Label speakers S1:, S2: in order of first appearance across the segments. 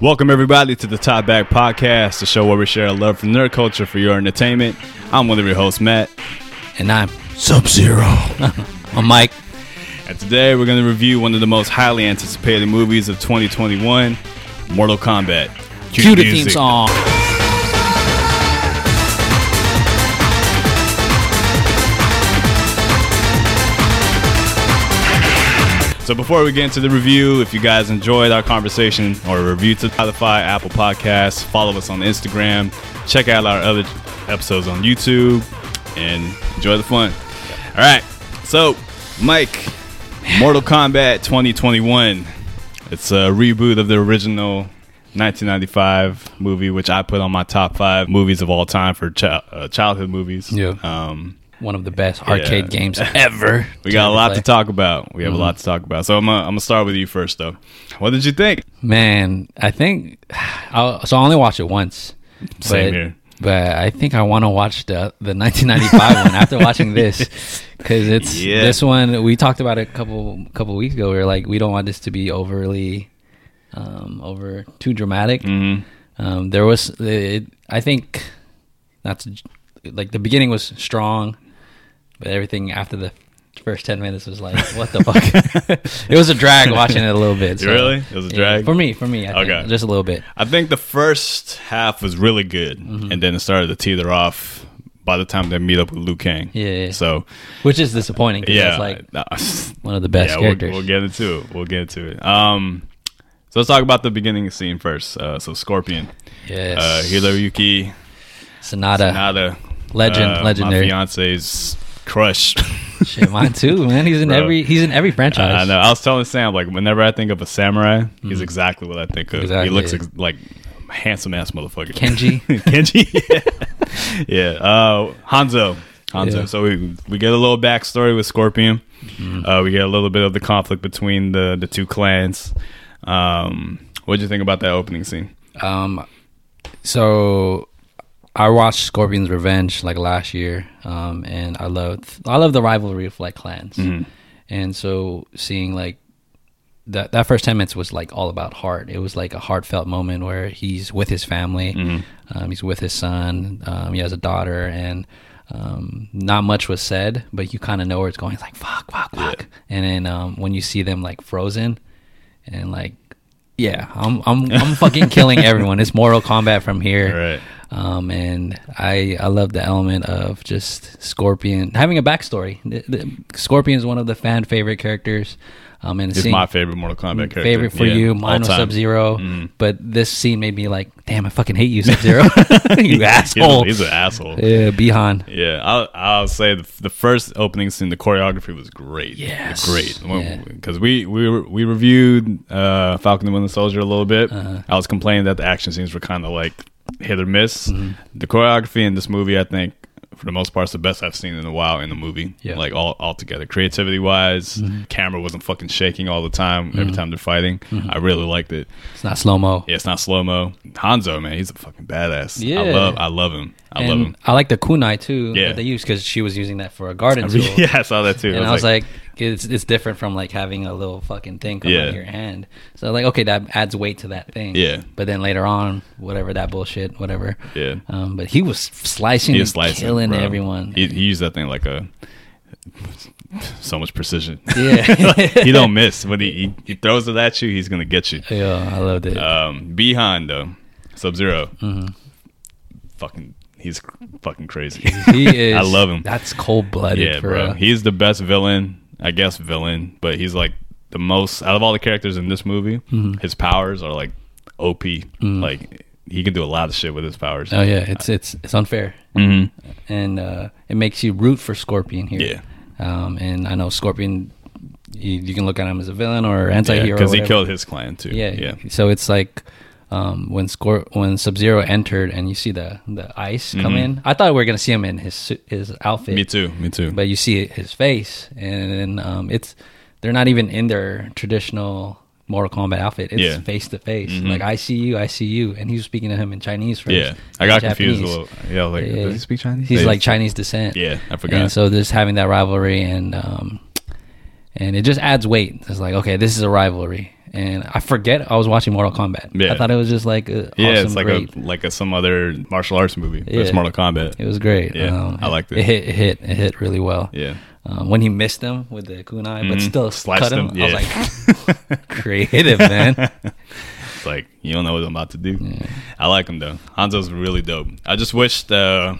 S1: Welcome everybody to the Top Back Podcast, the show where we share a love for nerd culture for your entertainment. I'm one of your hosts, Matt,
S2: And I'm Sub Zero. I'm Mike.
S1: and today we're going to review one of the most highly anticipated movies of 2021, Mortal Kombat.
S2: Cue the theme
S1: music.
S2: song.
S1: So before we get into the review, if you guys enjoyed our conversation or review to Spotify, Apple Podcasts, follow us on Instagram, check out our other episodes on YouTube, and enjoy the fun. All right, so Mike, Mortal Kombat 2021. It's a reboot of the original 1995 movie, which I put on my top five movies of all time for chi- uh, childhood movies.
S2: Yeah.
S1: Um,
S2: One of the best arcade
S1: Yeah.
S2: games ever.
S1: we got a lot to
S2: play. Mm-hmm.
S1: talk about. We have a lot to talk about. So I'm gonna, I'm gonna start with you first, though. What did you think?
S2: Man, I think I'll, so. I only watched it once.
S1: Same
S2: but,
S1: here.
S2: But I think I want to watch the the 1995 one after watching this because it's
S1: Yeah.
S2: this one we talked about it a couple couple weeks ago. We were like, we don't want this to be overly um, over too dramatic.
S1: Mm-hmm.
S2: Um, there was, it, I think, not to, like the beginning was strong, but everything after the first ten minutes was like, what the fuck? it was a drag watching it a little bit. so-
S1: Really? It was a
S2: yeah,
S1: drag?
S2: for me. For me, I think,
S1: Okay.
S2: just a little bit.
S1: I think the first half was really good,
S2: Mm-hmm.
S1: and then it started to teeter off by the time they meet up with Liu Kang.
S2: Yeah, yeah.
S1: So
S2: Which is disappointing. 'cause
S1: yeah, Uh,
S2: it's like
S1: nah,
S2: one of the best
S1: yeah, we'll,
S2: characters.
S1: we'll get into it. We'll get into it. Um, so let's talk about the beginning scene first. Uh, so Scorpion,
S2: yes,
S1: uh, Hiroyuki
S2: Sonata.
S1: Nada,
S2: Legend,
S1: uh,
S2: legendary.
S1: my fiance's crush.
S2: Shit, mine too, man. He's in
S1: Bro.
S2: every. He's in every franchise.
S1: I know. I was telling Sam like whenever I think of a samurai, he's exactly what I think of.
S2: Hmm. Exactly.
S1: He looks ex- like handsome ass motherfucker.
S2: Kenji.
S1: Kenji. yeah. Uh, Hanzo. Hanzo.
S2: Yeah. Mm-hmm.
S1: So we we get a little backstory with Scorpion. Uh, we get a little bit of the conflict between the the two clans. Um, what'd you think about that opening scene?
S2: Um, so I watched Scorpion's Revenge like last year, um, and I loved I love the rivalry of like clans, and so seeing like that that first ten minutes was like all about heart. It was like a heartfelt moment where he's with his family, um, he's with his son, um, he has a daughter, and. Um, not much was said, but you kind of know where it's going. It's like fuck, fuck, fuck. And then um, when you see them like frozen, and like yeah i'm i'm i'm fucking killing everyone it's mortal kombat from here
S1: Right.
S2: um and i i love the element of just scorpion having a backstory The- the- scorpion is one of the fan favorite characters um and
S1: It's
S2: seeing
S1: my favorite Mortal Kombat character.
S2: favorite for
S1: Yeah,
S2: you
S1: all
S2: mine was
S1: time. Mm-hmm.
S2: sub zero but this scene made me like damn i fucking hate you sub zero you
S1: He's, a,
S2: asshole
S1: he's an asshole.
S2: yeah behan
S1: Yeah, I'll, I'll say the, the first opening scene, the choreography was great.
S2: Yes.
S1: great.
S2: Yeah.
S1: Because we we were- we reviewed uh, Falcon and the Winter Soldier a little bit.
S2: Uh-huh.
S1: I was complaining that the action scenes were kind of like hit or miss.
S2: Mm-hmm.
S1: The choreography in this movie, I think, for the most part, is the best I've seen in a while in the movie.
S2: Yeah. Mm-hmm.
S1: Like all all together, creativity wise, camera wasn't fucking shaking all the time every time they're fighting.
S2: Mm-hmm.
S1: I really liked it.
S2: it's not slow-mo
S1: Yeah, it's not slow mo. Hanzo, man, he's a fucking badass.
S2: Yeah.
S1: I love I love him. I love
S2: And
S1: him.
S2: I like the kunai too
S1: Yeah.
S2: that they use because she was using that for a garden tool.
S1: yeah, I saw that too.
S2: and I was like, it's it's different from like having a little fucking thing come
S1: Yeah.
S2: out of your hand. So like, okay, that adds weight to that thing.
S1: Yeah.
S2: But then later on, whatever that bullshit, whatever.
S1: Yeah.
S2: Um, but he was slicing,
S1: He
S2: he
S1: was slicing,
S2: killing
S1: bro.
S2: everyone.
S1: He, he used that thing like a so much precision.
S2: yeah.
S1: he don't miss when he, he he throws it at you. He's gonna get you.
S2: yeah, I loved it.
S1: Um, behind though, Sub 0
S2: Mm-hmm.
S1: Fucking, he's cr- fucking crazy.
S2: he is.
S1: I love him.
S2: That's cold blooded.
S1: yeah,
S2: for
S1: bro.
S2: a-
S1: He's the best villain, I guess villain, but he's like the most out of all the characters in this movie.
S2: Mm-hmm.
S1: His powers are like OP. Like he can do a lot of shit with his powers.
S2: oh yeah, it's it's it's unfair,
S1: Mhm.
S2: and uh, it makes you root for Scorpion here.
S1: Yeah.
S2: Um, and I know Scorpion. You, you can look at him as a villain or anti-hero or
S1: because he
S2: whatever.
S1: killed his clan too.
S2: Yeah,
S1: yeah.
S2: So it's like um, when score when Sub Zero entered and you see the the ice come in. I thought we were gonna see him in his suit- his outfit,
S1: Mm-hmm. Me too. Me too.
S2: but you see his face, and um, it's they're not even in their traditional Mortal Kombat outfit.
S1: Yeah. Mm-hmm.
S2: It's face to face. Like I see you, I see you, and he was speaking to him in Chinese. First,
S1: Yeah, I got confused a
S2: Japanese.
S1: little. Yeah, I was like,
S2: Yeah.
S1: does he speak Chinese?
S2: He's
S1: They-
S2: like Chinese descent.
S1: yeah, I
S2: And
S1: forgot.
S2: so just having that rivalry and um, and it just adds weight. It's like okay, this is a rivalry, and I forget I was watching Mortal Kombat.
S1: Yeah.
S2: I thought it was just like a
S1: Yeah,
S2: awesome,
S1: it's like
S2: great.
S1: a like a some other martial arts movie. But it's
S2: Yeah.
S1: Mortal Kombat.
S2: it was great. Um,
S1: Yeah, I liked it.
S2: It hit, it hit, it hit really well.
S1: Yeah.
S2: Um, when he missed him with the kunai, but still
S1: Mm-hmm. Sliced
S2: cut him.
S1: him,
S2: I
S1: yeah.
S2: was like, creative man.
S1: It's like you don't know what I'm about to do. I like him though. Hanzo's really dope. I just wished uh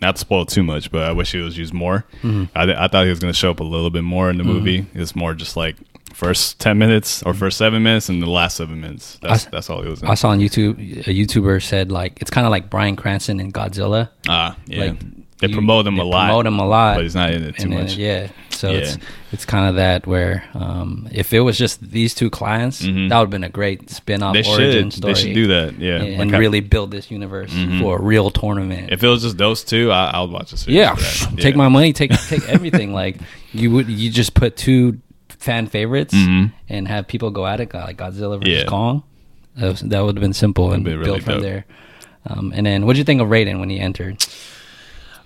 S1: not to spoil too much, but I wish he was used more.
S2: Mm-hmm.
S1: I, th- I thought he was going to show up a little bit more in the movie. It's more just like first ten minutes or first seven minutes and the last seven minutes. That's
S2: I-
S1: that's all he was. In.
S2: I saw on YouTube a YouTuber said like it's kind of like Brian Cranston and Godzilla.
S1: Ah, yeah.
S2: like,
S1: they
S2: you-
S1: promote him
S2: they
S1: a lot.
S2: promote him a lot,
S1: but he's not in it too
S2: And then,
S1: much.
S2: yeah, so
S1: Yeah.
S2: it's it's kind of that where um, if it was just these two clients, that would have been a great spin off
S1: Mm-hmm. They
S2: origin
S1: should.
S2: story.
S1: They should do that. Yeah, Mm-hmm.
S2: and,
S1: Like, I-
S2: really build this universe for a real tournament.
S1: If it was just those two, I, I would watch the series.
S2: yeah,
S1: for that.
S2: take
S1: Yeah.
S2: my money, take take everything. like you would, you just put two fan favorites and have people go at it, like Godzilla
S1: Mm-hmm. Yeah.
S2: versus Kong. That, was- that would have been simple and
S1: be really
S2: built from
S1: dope.
S2: there. Um, and then, what would you think of Raiden when he entered?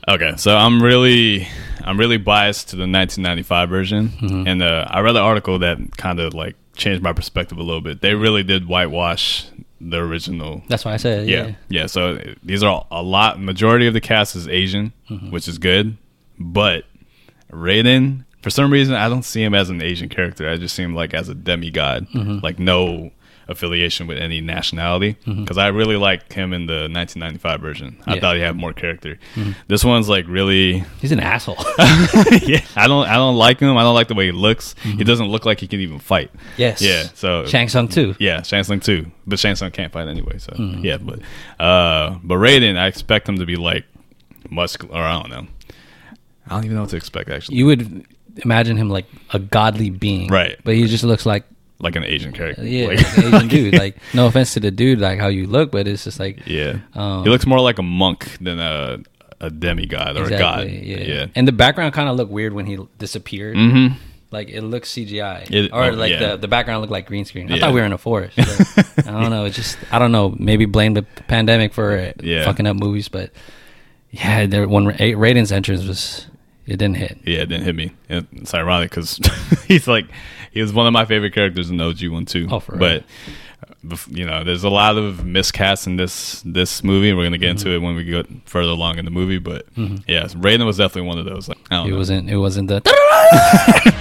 S1: Okay, so I'm really, I'm really biased to the 1995 version,
S2: Mm-hmm.
S1: and uh, I read an article that kind of like changed my perspective a little bit. They really did whitewash the original.
S2: That's why I said,
S1: Yeah, yeah.
S2: yeah.
S1: so uh, these are a lot. Majority of the cast is Asian,
S2: Mm-hmm.
S1: which is good, but Raiden, for some reason, I don't see him as an Asian character. I just see him like as a demigod,
S2: Mm-hmm.
S1: like no affiliation with any nationality. Because I really liked him in the 1995 version. I
S2: Mm-hmm. Yeah. Mm-hmm.
S1: thought he had more character. This one's like really,
S2: He's an asshole.
S1: yeah. I don't, I don't like him. I don't like the way he looks. He doesn't look like he can even fight.
S2: Mm-hmm. yes.
S1: Yeah, so-
S2: Shang Tsung too.
S1: Yeah, Shansung too, but Shansung can't fight anyway. So yeah, but uh, but Raiden, I expect him to be like muscular. Or I don't know. I don't even know what to expect actually.
S2: You would imagine him like a godly being,
S1: Right.
S2: But he just looks like
S1: like an Asian character.
S2: yeah,
S1: Like-
S2: like an Asian dude. Like no offense to the dude, like how you look, but it's just like
S1: yeah.
S2: Um,
S1: he looks more like a monk than a a demigod or
S2: exactly,
S1: a god.
S2: yeah.
S1: Yeah. Mm-hmm.
S2: And the background kind of looked weird when he disappeared. Like it looks CGI,
S1: It-
S2: or
S1: oh,
S2: like
S1: yeah.
S2: the, the background looked like green screen. I
S1: Yeah.
S2: thought we were in a forest. but I don't know. It just I don't know. Maybe blame the pandemic for it
S1: Yeah.
S2: fucking up movies, but yeah, there when Ra- Raiden's entrance was it didn't hit.
S1: Yeah, it didn't hit me. And It's ironic because he's like he was one of my favorite characters in OG one too.
S2: Oh, for
S1: but bef- you know, there's a lot of miscasts in this this movie. We're gonna get
S2: Mm-hmm.
S1: into it when we get further along in the movie. But yeah, Raiden was definitely one of those. Like I don't
S2: It
S1: know.
S2: wasn't. It wasn't the.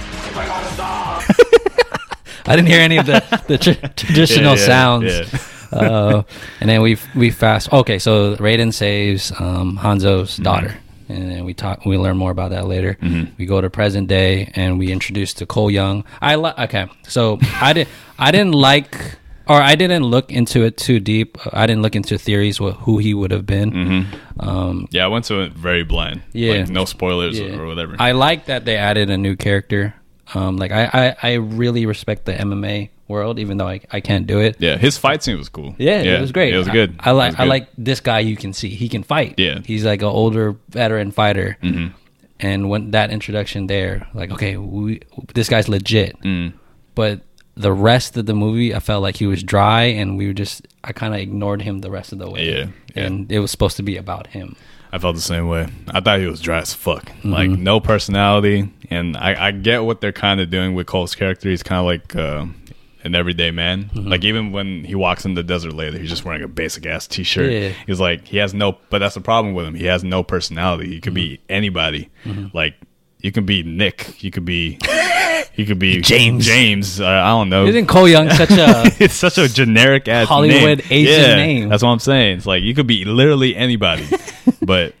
S2: I didn't hear any of the, the tr-
S1: Yeah,
S2: traditional
S1: yeah,
S2: sounds.
S1: yeah.
S2: Uh, and then we we fast. Okay, so Raiden saves um, Hanzo's
S1: Mm-hmm.
S2: daughter, and then we talk. We learn more about that later. We go to present day, and we introduce to Cole Young. I li- okay. So I did. I didn't like. Or I didn't look into it too deep. I didn't look into theories what who he would have been.
S1: Mm-hmm.
S2: Um,
S1: Yeah, I went to it very blind.
S2: Yeah.
S1: like, no spoilers
S2: yeah.
S1: or whatever.
S2: I like that they added a new character. Um, like I, I, I really respect the MMA world, even though I, I can't do it.
S1: yeah, his fight scene was cool.
S2: Yeah, it was great.
S1: It was good.
S2: I, I
S1: It was
S2: like I
S1: good.
S2: like this guy. You can see he can fight.
S1: Yeah. Mm-hmm.
S2: he's like an older veteran fighter. And when that introduction there, like okay, we, this guy's legit.
S1: Mm.
S2: But the rest of the movie, I felt like he was dry, and we were just I kind of ignored him the rest of the way.
S1: Yeah, yeah.
S2: and it was supposed to be about him.
S1: I felt the same way. I thought he was dry as fuck.
S2: Mm-hmm.
S1: Like no personality, and I, I get what they're kind of doing with Cole's character. He's kind of like uh, an everyday man.
S2: Mm-hmm.
S1: Like even when he walks in the desert later, he's just wearing a basic ass t shirt.
S2: Yeah.
S1: He's like he has no. But that's the problem with him. He has no personality. He could be
S2: Mm-hmm.
S1: anybody. Like you could be Nick. You could be. You could be
S2: James.
S1: James. Uh, I don't know
S2: Isn't Cole Young such a
S1: it's such a generic ass
S2: Hollywood
S1: name.
S2: Asian name.
S1: That's what I'm saying. It's like you could be literally anybody, but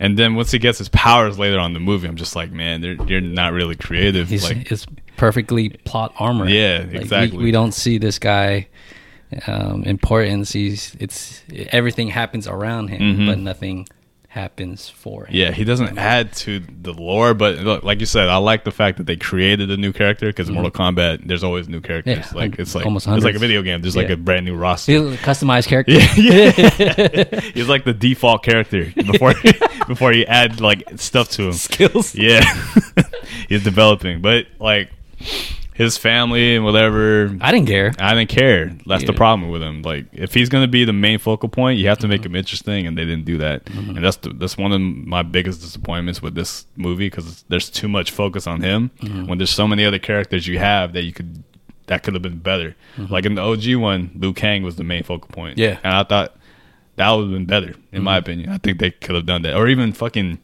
S1: and then once he gets his powers later on in the movie, I'm just like, man, they're you're not really creative.
S2: He's
S1: like,
S2: it's perfectly plot armor.
S1: Yeah,
S2: Like, we-
S1: exactly.
S2: We, don't see this guy um, importance. He's it's everything happens around him, but nothing happens for him.
S1: Mm-hmm. yeah, he doesn't add to the lore, but look, like you said, I like the fact that they created a new character because Mortal Kombat, there's always new characters.
S2: Mm-hmm. Yeah,
S1: like
S2: hun-
S1: it's like
S2: almost
S1: it's like a
S2: hundreds.
S1: video game. There's like
S2: Yeah.
S1: a brand new roster.
S2: He's a customized character.
S1: He's like the default character before before you add like stuff to him.
S2: Skills.
S1: Yeah, he's developing, but like his family and whatever,
S2: I didn't care.
S1: I didn't care. That's the
S2: Yeah.
S1: problem with him. Like if he's gonna be the main focal point, you have to
S2: Uh-huh.
S1: make him interesting, and they didn't do that. And that's the, that's one of my biggest disappointments with this
S2: Uh-huh.
S1: movie because there's too much focus on him when there's so many other characters you have that you could that could have been better. Like in the OG one, Liu Kang was the main focal point.
S2: Uh-huh. Yeah. Uh-huh.
S1: and I thought that would have been better in my opinion. I think they could have done that, or even fucking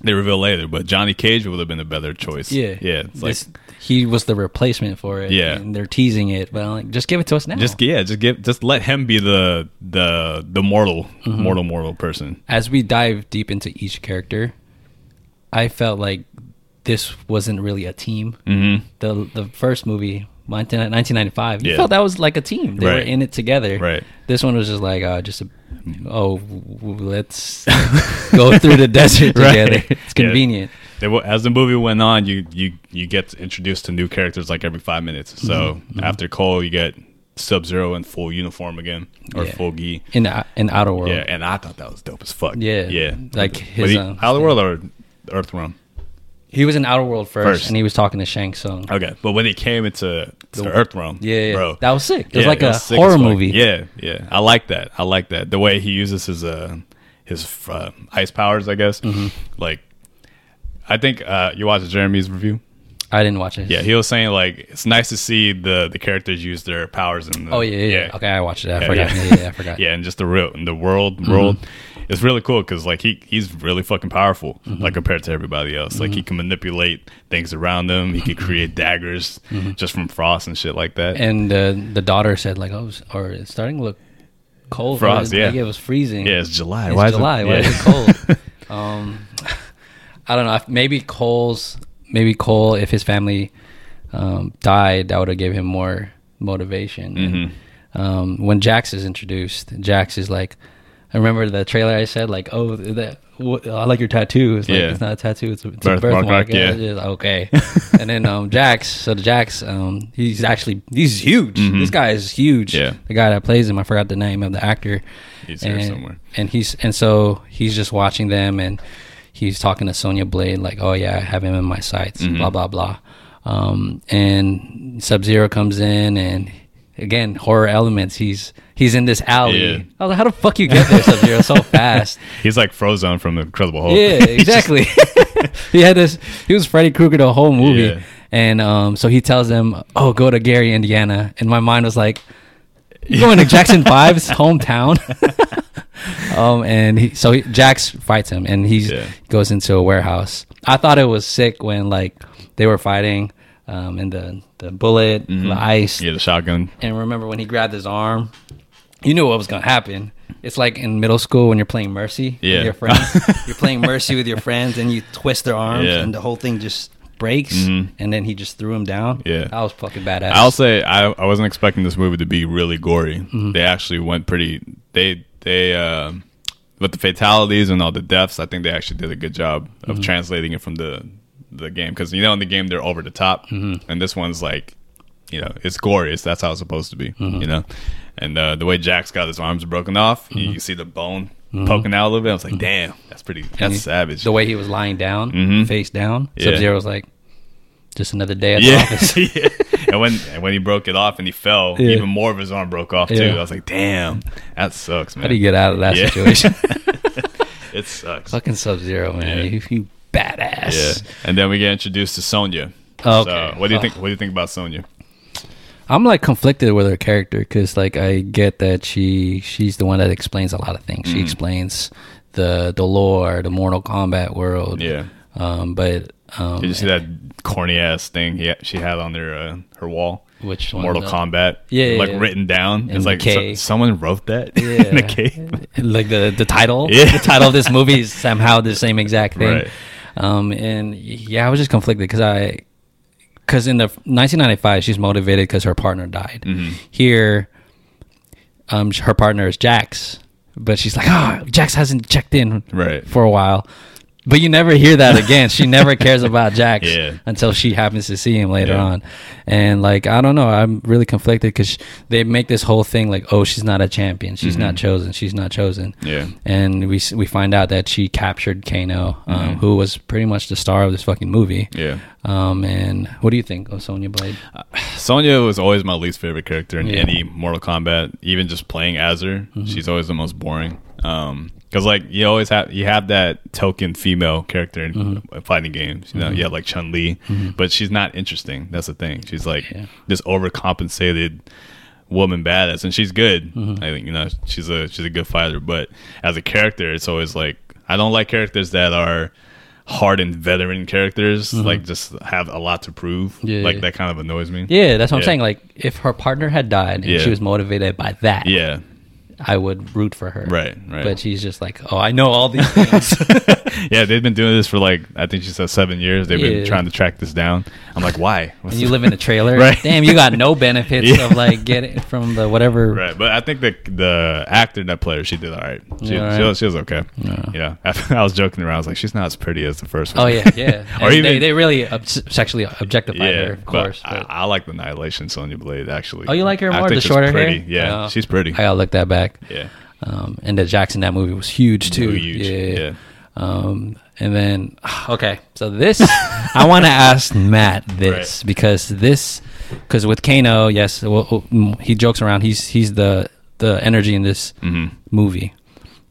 S1: they reveal later, but Johnny Cage would have been a better choice.
S2: Yeah,
S1: yeah. It's like
S2: This- he was the replacement for it.
S1: Yeah.
S2: and they're teasing it, but I'm like, just give it to us now.
S1: just yeah, just give just let him be the the the mortal
S2: Mm-hmm.
S1: mortal mortal person.
S2: as we dive deep into each character, I felt like this wasn't really a team.
S1: Mm-hmm.
S2: The the first movie, 19- 1995, you
S1: Yeah.
S2: felt that was like a team. They were
S1: Right.
S2: in it together.
S1: Right. Mm.
S2: This one was just like, uh, just a, oh, w- w- let's go through the desert
S1: Right.
S2: together. It's
S1: Yeah.
S2: convenient.
S1: They will, as the movie went on, you you you get introduced to new characters like every five minutes. So
S2: Mm-hmm.
S1: after Cole, you get Sub Zero in full uniform again or
S2: Yeah.
S1: full gi.
S2: In the in outer world.
S1: Yeah, and I thought that was dope as fuck.
S2: Yeah.
S1: yeah.
S2: Like his,
S1: he,
S2: um,
S1: Outer World or Earth Realm?
S2: He was in outer world first,
S1: First.
S2: and he was talking to Shang Tsung.
S1: Okay, but when he came into to Earth Realm,
S2: Yeah, yeah.
S1: bro,
S2: that was sick. It was
S1: Yeah,
S2: like a
S1: sick
S2: horror
S1: as fuck.
S2: movie.
S1: Yeah, yeah. I like that. I like that. The way he uses his uh his uh, ice powers, I guess.
S2: Mm-hmm.
S1: Like, I think uh you watched Jeremy's review.
S2: I didn't watch it.
S1: Yeah, he was saying like it's nice to see the the characters use their powers and the,
S2: Oh yeah, yeah, yeah. Okay, I watched it. I forgot.
S1: yeah.
S2: Yeah, yeah, I forgot. Mm-hmm.
S1: yeah, and just the real and the world world. It's really cool because like he he's really fucking powerful
S2: Mm-hmm.
S1: like compared to everybody else. Like he can manipulate things around him. He could create daggers just from frost and shit like that.
S2: Mm-hmm. And uh, the daughter said like, "Oh, it's- or it's starting to look cold.
S1: Frost,
S2: Like,
S1: yeah.
S2: like, it was freezing.
S1: yeah, it's July.
S2: it's
S1: Why Is
S2: July.
S1: it,
S2: Why
S1: yeah.
S2: is it cold? um, I don't know. If- Maybe Cole's. Maybe Cole, if his family um, died, that would have gave him more motivation. And,
S1: Mm-hmm.
S2: um, when Jax is introduced, Jax is like, I remember the trailer. I said like, "Oh, that." wh- I like your tattoo. It's like
S1: Yeah.
S2: it's not a tattoo. It's a, it's a
S1: Birthmark,
S2: birthmark. Yeah.
S1: yeah.
S2: It's just- okay. and then um, Jax. So the Jax, um, he's actually he's huge. This guy is huge.
S1: Mm-hmm. Yeah.
S2: The guy that plays him, I forgot the name of the actor.
S1: He's
S2: and,
S1: here somewhere.
S2: And he's and so he's just watching them, and he's talking to Sonya Blade like, "Oh yeah, I have him in my sights." Blah blah blah. Um, and Sub Zero comes in, and again horror elements. He's he's in this alley.
S1: Yeah.
S2: I was like, "How the fuck you get there, Sub Zero, so fast?"
S1: He's like Frozone from the Incredible Hulk.
S2: Yeah, exactly. he had this. He was Freddy Krueger the whole movie,
S1: Yeah.
S2: and um, so he tells them, "Oh, go to Gary, Indiana." And my mind was like, "You going to Jackson Five's hometown?" um, and he, so he, Jax fights him, and he
S1: Yeah.
S2: goes into a warehouse. I thought it was sick when like they were fighting, um, and the the bullet, the
S1: Mm-hmm.
S2: ice,
S1: yeah, the shotgun.
S2: and remember when he grabbed his arm, you knew what was gonna happen. It's like in middle school when you're playing Mercy
S1: Yeah.
S2: with your friends. you're playing Mercy with your friends and you twist their arms
S1: Yeah. Mm-hmm.
S2: and the whole thing just breaks and then he just threw him down.
S1: Yeah.
S2: That was fucking badass.
S1: I'll say I, I wasn't expecting this movie to be really gory.
S2: Mm-hmm.
S1: They actually went pretty. They they uh, with the fatalities and all the deaths. I think they actually did a good job of
S2: Mm-hmm.
S1: translating it from the the game because you know in the game they're over the top,
S2: Mm-hmm.
S1: and this one's like you know it's gory. It's, that's how it's supposed to be.
S2: Mm-hmm.
S1: You know, and uh, the way Jack's got his arms broken off,
S2: Mm-hmm.
S1: you, you see the bone poking out a little bit. I was like, damn, that's pretty. That's
S2: he-
S1: savage.
S2: the way he was lying down, face down.
S1: Mm-hmm. Yeah.
S2: Sub Zero was like, just another day at the
S1: Yeah.
S2: office.
S1: Yeah. And when and when he broke it off and he fell,
S2: Yeah.
S1: even more of his arm broke off too.
S2: Yeah.
S1: I was like, damn, that sucks, man.
S2: How do you get out of that
S1: Yeah.
S2: situation?
S1: it sucks.
S2: fucking Sub Zero, man.
S1: Yeah.
S2: You, you
S1: Yeah.
S2: badass.
S1: And then we get introduced to Sonya.
S2: Oh, Okay.
S1: So, what do you think? What do you think about Sonya?
S2: I'm like conflicted with her character because like I get that she she's the one that explains a lot of things. She explains the the lore, the Mortal Kombat world.
S1: Yeah.
S2: Um, but um,
S1: Did you see that corny ass thing he, she had on their uh, her wall?
S2: which one?
S1: Mortal
S2: the-
S1: Kombat.
S2: Yeah, yeah,
S1: Like
S2: yeah.
S1: written down.
S2: And
S1: It's like
S2: the
S1: so-
S2: K.
S1: someone wrote that in
S2: Yeah.
S1: the cave.
S2: Like the the title.
S1: Yeah.
S2: The title of this movie is somehow the same exact thing.
S1: Right.
S2: Um, and yeah, I was just conflicted because I because in the 1995 she's motivated because her partner died.
S1: Mm-hmm.
S2: Here, um, her partner is Jax, but she's like, oh, Jax hasn't checked in
S1: Right.
S2: for a while. But you never hear that again. she never cares about Jax
S1: Yeah.
S2: until she happens to see him later
S1: Yeah.
S2: on. And like I don't know, I'm really conflicted because they make this whole thing like, oh, she's not a champion. She's not chosen. She's not chosen.
S1: Mm-hmm. Yeah.
S2: And we s- we find out that she captured Kano, um, who was pretty much the star of this fucking movie.
S1: Mm-hmm. Yeah. Uh,
S2: Um, and what do you think of Sonya Blade?
S1: Sonya was always my least favorite character in
S2: Yeah. Mm-hmm.
S1: any Mortal Kombat. Even just playing as her, she's always the most boring. Um, Because like you always have you have that token female character in
S2: Mm-hmm.
S1: fighting games, you know. You have like Chun Li, but she's not interesting. That's the thing. She's like this overcompensated woman badass, and she's good.
S2: Mm-hmm.
S1: I think you know she's a she's a good fighter, but as a character, it's always like I don't like characters that are hardened veteran characters. Like just have a lot to prove.
S2: Mm-hmm. Yeah,
S1: like
S2: yeah.
S1: that kind of annoys me.
S2: Yeah, that's what
S1: Yeah.
S2: I'm saying. Like, if her partner had died and
S1: Yeah.
S2: she was motivated by that,
S1: Yeah.
S2: I would root for her.
S1: Right, right.
S2: But she's just like, oh, I know all these things.
S1: Yeah, they've been doing this for like I think she said seven years. They've been
S2: Yeah.
S1: trying to track this down. I'm like, why? What's
S2: and you
S1: the-
S2: live in a trailer.
S1: Right.
S2: Damn, you got no benefits
S1: Yeah.
S2: of like getting from the whatever.
S1: right, but I think the the actor that player she did all right. She, she
S2: Yeah, all right.
S1: was, she was okay. Yeah, I, was joking around. I was like, she's not as pretty as the first
S2: Oh
S1: one.
S2: yeah, yeah.
S1: Or
S2: And
S1: even-
S2: they, they really ob- sexually objectify
S1: yeah,
S2: her, of
S1: but
S2: course.
S1: I,
S2: but-
S1: I like the Annihilation Sonya Blade actually.
S2: oh, you like her
S1: I
S2: more?
S1: think
S2: The
S1: she's
S2: shorter
S1: pretty.
S2: hair?
S1: Yeah,
S2: Oh.
S1: she's pretty.
S2: I gotta look that back.
S1: yeah,
S2: Um, and the Jackson that movie was huge too.
S1: Too huge. Yeah.
S2: Um, and then okay, so this I want to ask Matt this because this because with Kano, yes, well, mm, he jokes around. He's he's the the energy in this
S1: Mm-hmm.
S2: movie.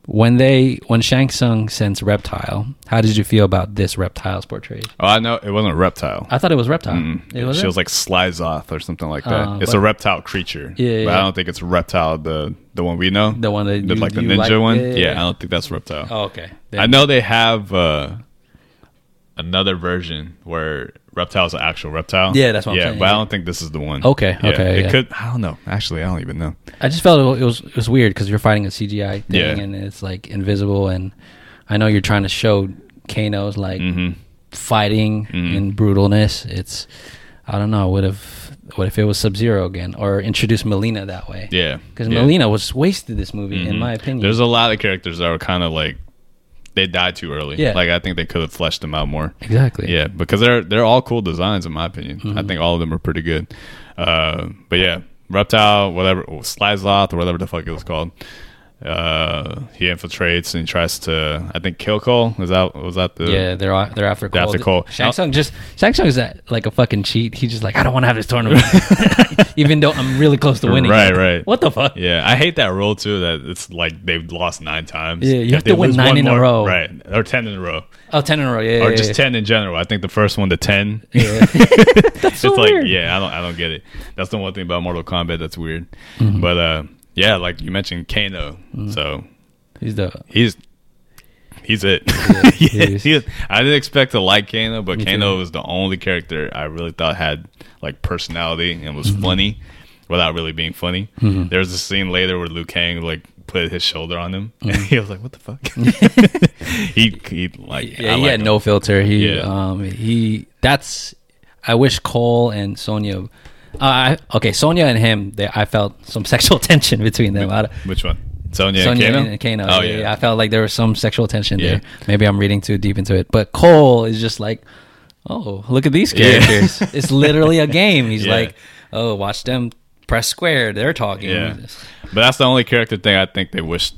S2: When they when Shang Tsung sends Reptile, how did you feel about this Reptile's portrayed?
S1: Oh, I know it wasn't a reptile.
S2: I thought it was Reptile. It was
S1: Mm-hmm. she was like Slyzoth or something like that.
S2: Uh,
S1: it's
S2: but-
S1: a reptile creature.
S2: Yeah,
S1: but
S2: yeah.
S1: I don't think it's reptile the the one we know.
S2: The one that
S1: The-
S2: you-
S1: like the
S2: you
S1: ninja
S2: like?
S1: one.
S2: Yeah,
S1: Yeah,
S2: yeah,
S1: I
S2: yeah.
S1: don't think that's reptile.
S2: Oh, okay.
S1: I know they have uh, another version where reptile's an actual reptile.
S2: Yeah, that's what I'm
S1: yeah,
S2: saying,
S1: But I
S2: yeah.
S1: don't think this is the one.
S2: Okay,
S1: Yeah,
S2: okay,
S1: It
S2: yeah.
S1: could. I don't know. Actually, I don't even know.
S2: I just felt it was it was weird because you're fighting a CGI thing
S1: Yeah.
S2: and it's like invisible, and I know you're trying to show Kano's like
S1: Mm-hmm.
S2: fighting and brutalness. It's I don't know. Would have what if it was Sub Zero again or introduce Melina that way?
S1: Yeah,
S2: because
S1: yeah. Mm-hmm.
S2: Melina was wasted this movie in my opinion.
S1: There's a lot of characters that were kind of like they died too early.
S2: Yeah.
S1: like I think they could have fleshed them out more.
S2: exactly.
S1: Yeah, because they're they're all cool designs in my opinion. I
S2: Mm-hmm.
S1: think all of them are pretty good. Uh, but yeah, reptile, whatever, or Slyzoth or whatever the fuck it was called. Uh, he infiltrates and tries to. I think kill Cole. Is that was that the
S2: Yeah, they're a- they're after Cole.
S1: after Cole.
S2: Shang Tsung just Shang Tsung is a- like a fucking cheat. He's just like I don't want to have this tournament, even though I'm really close to winning.
S1: Right, right.
S2: What the fuck?
S1: Yeah, I hate that rule too. That it's like they've lost nine times.
S2: Yeah, you
S1: If
S2: have
S1: they
S2: to win
S1: lose
S2: nine
S1: one
S2: in a row.
S1: right? Or ten in a row,
S2: Oh, ten in a row. Yeah,
S1: or
S2: yeah,
S1: just
S2: yeah.
S1: ten in general. I think the first one to ten.
S2: Yeah.
S1: it's like
S2: weird.
S1: yeah, I don't, I don't get it. That's the one thing about Mortal Kombat that's weird.
S2: Mm-hmm.
S1: But uh, yeah, like you mentioned Kano,
S2: Mm.
S1: so
S2: He's the
S1: he's he's it.
S2: he
S1: Yeah,
S2: is.
S1: he is. I didn't expect to like Kano, but Kano
S2: too.
S1: was the only character I really thought had like personality and was
S2: Mm-hmm.
S1: funny without really being funny. There was a scene later where Liu Kang like put his shoulder on him,
S2: Mm-hmm.
S1: and he was like, "What the fuck?" he he like
S2: yeah.
S1: I
S2: he
S1: like
S2: had
S1: him.
S2: no filter. He
S1: Yeah.
S2: um he that's. I wish Cole and Sonya. Uh, I, okay, Sonya and him. They, I felt some sexual tension between them. I,
S1: which one Sonya,
S2: Sonya
S1: and Kano.
S2: and Kano.
S1: Oh
S2: yeah,
S1: yeah,
S2: I felt like there was some sexual tension
S1: Yeah.
S2: there. Maybe I'm reading too deep into it, but Cole is just like, oh, look at these
S1: Yeah.
S2: characters. it's literally a game. He's
S1: Yeah.
S2: like, oh, watch them press square. They're talking.
S1: Yeah. But that's the only character thing I think they wish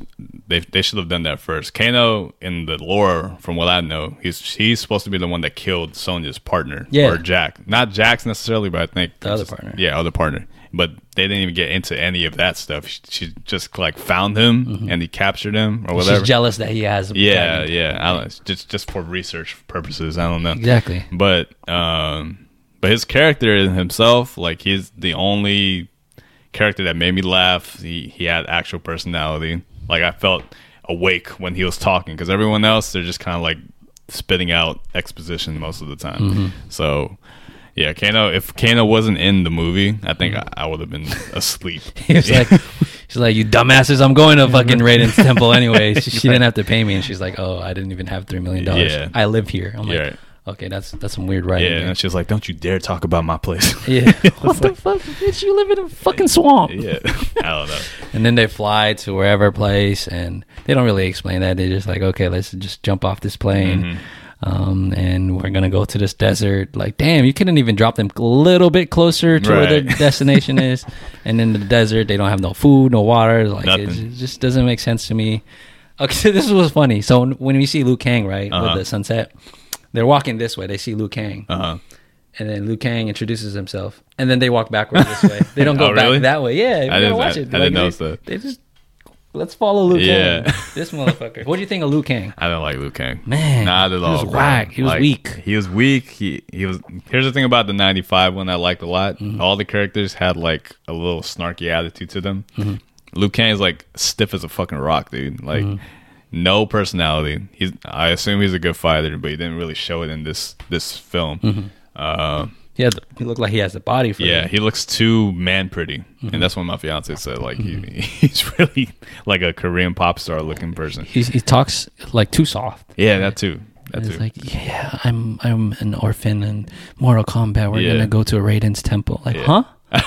S1: they they should have done that first. Kano in the lore, from what I know, he's he's supposed to be the one that killed Sonya's partner
S2: Yeah.
S1: or Jack. Not Jack's necessarily, but I think
S2: The other partner.
S1: Yeah, other partner. But they didn't even get into any of that stuff. She, she just like found him
S2: Mm-hmm.
S1: and he captured him or whatever.
S2: She's jealous that he has.
S1: yeah, yeah. I don't, it's just just for research purposes. I don't know
S2: exactly.
S1: but um but his character in himself like he's the only character that made me laugh he he had actual personality like i felt awake when he was talking because everyone else they're just kind of like spitting out exposition most of the time so yeah kano if kano wasn't in the movie i think i, I would have been asleep
S2: He's like, she's like, you dumbasses, I'm going to fucking Raiden's temple anyway. She, she didn't have to pay me, and she's like, oh, I didn't even have three million dollars.
S1: Yeah.
S2: I live here. I'm like,
S1: Yeah.
S2: okay, that's that's some weird writing.
S1: yeah and she was like don't you dare talk about my place
S2: there. yeah. what the fuck, bitch? You live in a fucking swamp.
S1: yeah i don't know
S2: And then they fly to wherever place, and they don't really explain that. They're just like, okay, let's just jump off this plane.
S1: Mm-hmm.
S2: Um, and we're gonna go to this desert. Like, damn, you couldn't even drop them a little bit closer to where their
S1: Right.
S2: destination is. And in the desert, they don't have no food, no water. Like, it
S1: Nothing.
S2: ju- just doesn't make sense to me. Okay, so this was funny. So when- when we see Liu Kang, right,
S1: Uh-huh.
S2: with the sunset, they're walking this way. They see Liu Kang,
S1: uh-huh
S2: and then Liu Kang introduces himself, and then they walk backward this way. They don't go
S1: Oh,
S2: back
S1: really?
S2: that way. Yeah, you gotta
S1: didn't-
S2: watch
S1: I-
S2: it.
S1: I didn't
S2: Like,
S1: notice
S2: they-
S1: that.
S2: They just Let's follow Liu
S1: Yeah.
S2: Kang. This motherfucker. What do you think of Liu Kang?
S1: I don't like Liu Kang.
S2: Man,
S1: not at
S2: he
S1: all.
S2: was
S1: bro.
S2: whack. He was
S1: Like,
S2: weak.
S1: He was weak. He he was. Here's the thing about the '95 one I liked a lot.
S2: Mm-hmm.
S1: All the characters had like a little snarky attitude to them.
S2: Mm-hmm.
S1: Liu Kang is like stiff as a fucking rock, dude. Like no personality. He's. I assume he's a good fighter, but he didn't really show it in this this film.
S2: Mm-hmm.
S1: Uh,
S2: He, had, he looked like he has the body for
S1: yeah,
S2: it.
S1: he looks too man pretty,
S2: Mm-hmm.
S1: and that's what my fiance said. Like he, he's really like a Korean pop star looking person.
S2: He, he talks like too soft.
S1: Yeah, that too. That too.
S2: It's like, yeah, I'm I'm an orphan in Mortal Kombat. We're
S1: Yeah.
S2: gonna go to Raiden's temple. Like,
S1: Yeah.
S2: huh?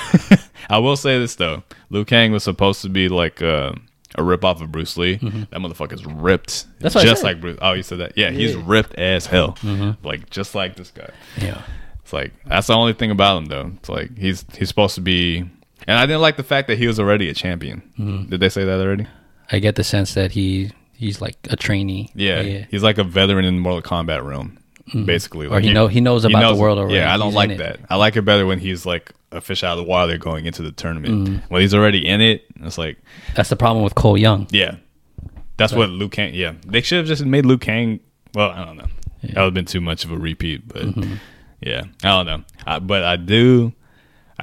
S1: I will say this though, Liu Kang was supposed to be like uh, a rip off of Bruce Lee. That motherfucker's ripped,
S2: Mm-hmm. That's what I
S1: just
S2: said. Mm-hmm.
S1: like Bruce. Oh, you said that? Yeah, he's ripped as hell, like just like this guy.
S2: Yeah.
S1: It's like that's the only thing about him though. It's like he's he's supposed to be, and I didn't like the fact that he was already a champion.
S2: Mm-hmm.
S1: Did they say that already?
S2: I get the sense that he he's like a trainee.
S1: Yeah,
S2: yeah. Mm-hmm.
S1: he's like a veteran in the Mortal Kombat realm, basically. Like
S2: he know- he knows about the world already.
S1: Yeah, I don't
S2: He's
S1: like
S2: in
S1: that.
S2: it.
S1: I like it better when he's like a fish out of the water going into the tournament.
S2: Mm-hmm.
S1: When he's already in it, it's like
S2: That's the problem with Cole Young.
S1: yeah, that's what Liu Kang. Yeah, they should have just made Liu Kang. Well, I don't know. That would have been too much of a repeat, but
S2: Mm-hmm.
S1: yeah, I don't know. I, but I do.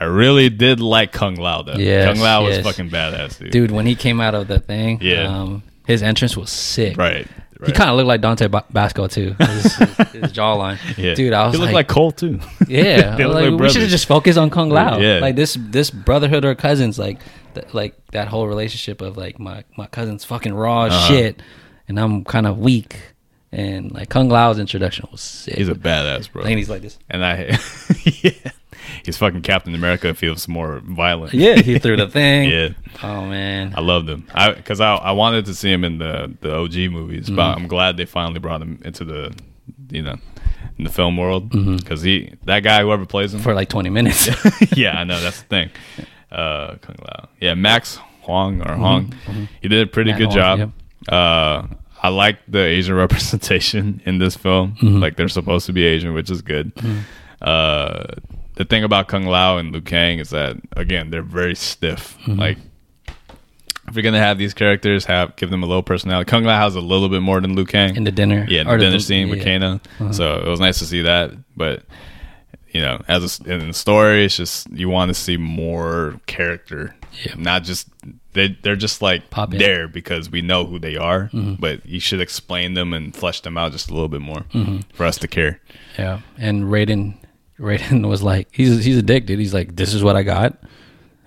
S1: I really did like Kung Lao though.
S2: Yes,
S1: Kung Lao was
S2: yes.
S1: fucking badass, dude.
S2: Dude, when he came out of the thing,
S1: Yeah.
S2: um, his entrance was sick.
S1: Right.
S2: He
S1: Right.
S2: kind of looked like Dante ba- Basco too. His, his, his jawline.
S1: yeah.
S2: Dude, I was
S1: he looked like
S2: like,
S1: Cole too.
S2: yeah.
S1: They
S2: I was
S1: look
S2: like,
S1: like
S2: we should
S1: brothers.
S2: have just focused on Kung Lao.
S1: Yeah.
S2: Like this this brotherhood or cousins, like th- like that whole relationship of like my my cousin's fucking raw as
S1: Uh-huh.
S2: shit, and I'm kind of weak, and like Kung Lao's introduction was sick.
S1: he's a badass, bro.
S2: and he's like this.
S1: And I, yeah, he's fucking Captain America. If he was more violent,
S2: Yeah, he threw the thing.
S1: yeah,
S2: Oh man.
S1: I loved him. I because I I wanted to see him in the the OG movies, but I'm glad they finally brought him into the, you know, in the film world because he that guy whoever plays him.
S2: for like 20 minutes.
S1: yeah, I know that's the thing. Uh, Kung Lao. Yeah, Max Huang or Hong. He did a pretty
S2: Matt
S1: good
S2: Huang,
S1: job.
S2: yep.
S1: Uh, I like the Asian representation in this film. Like they're supposed to be Asian, which is good. Uh, the thing about Kung Lao and Liu Kang is that again they're very stiff. Like if you're gonna have these characters, have give them a little personality. Kung Lao has a little bit more than Liu Kang
S2: in the dinner.
S1: yeah,
S2: or
S1: the dinner scene with
S2: yeah. Uh-huh.
S1: Kana. So it was nice to see that, but you know, as a, in the story, it's just you want to see more character,
S2: Yeah.
S1: not just they they're just like
S2: Pop in. Mm-hmm.
S1: there because we know who they are, but you should explain them and flesh them out just a little bit more
S2: Mm-hmm.
S1: for us to care.
S2: Yeah. And Raiden Raiden was like he's he's a dick dude. He's like this is what I got.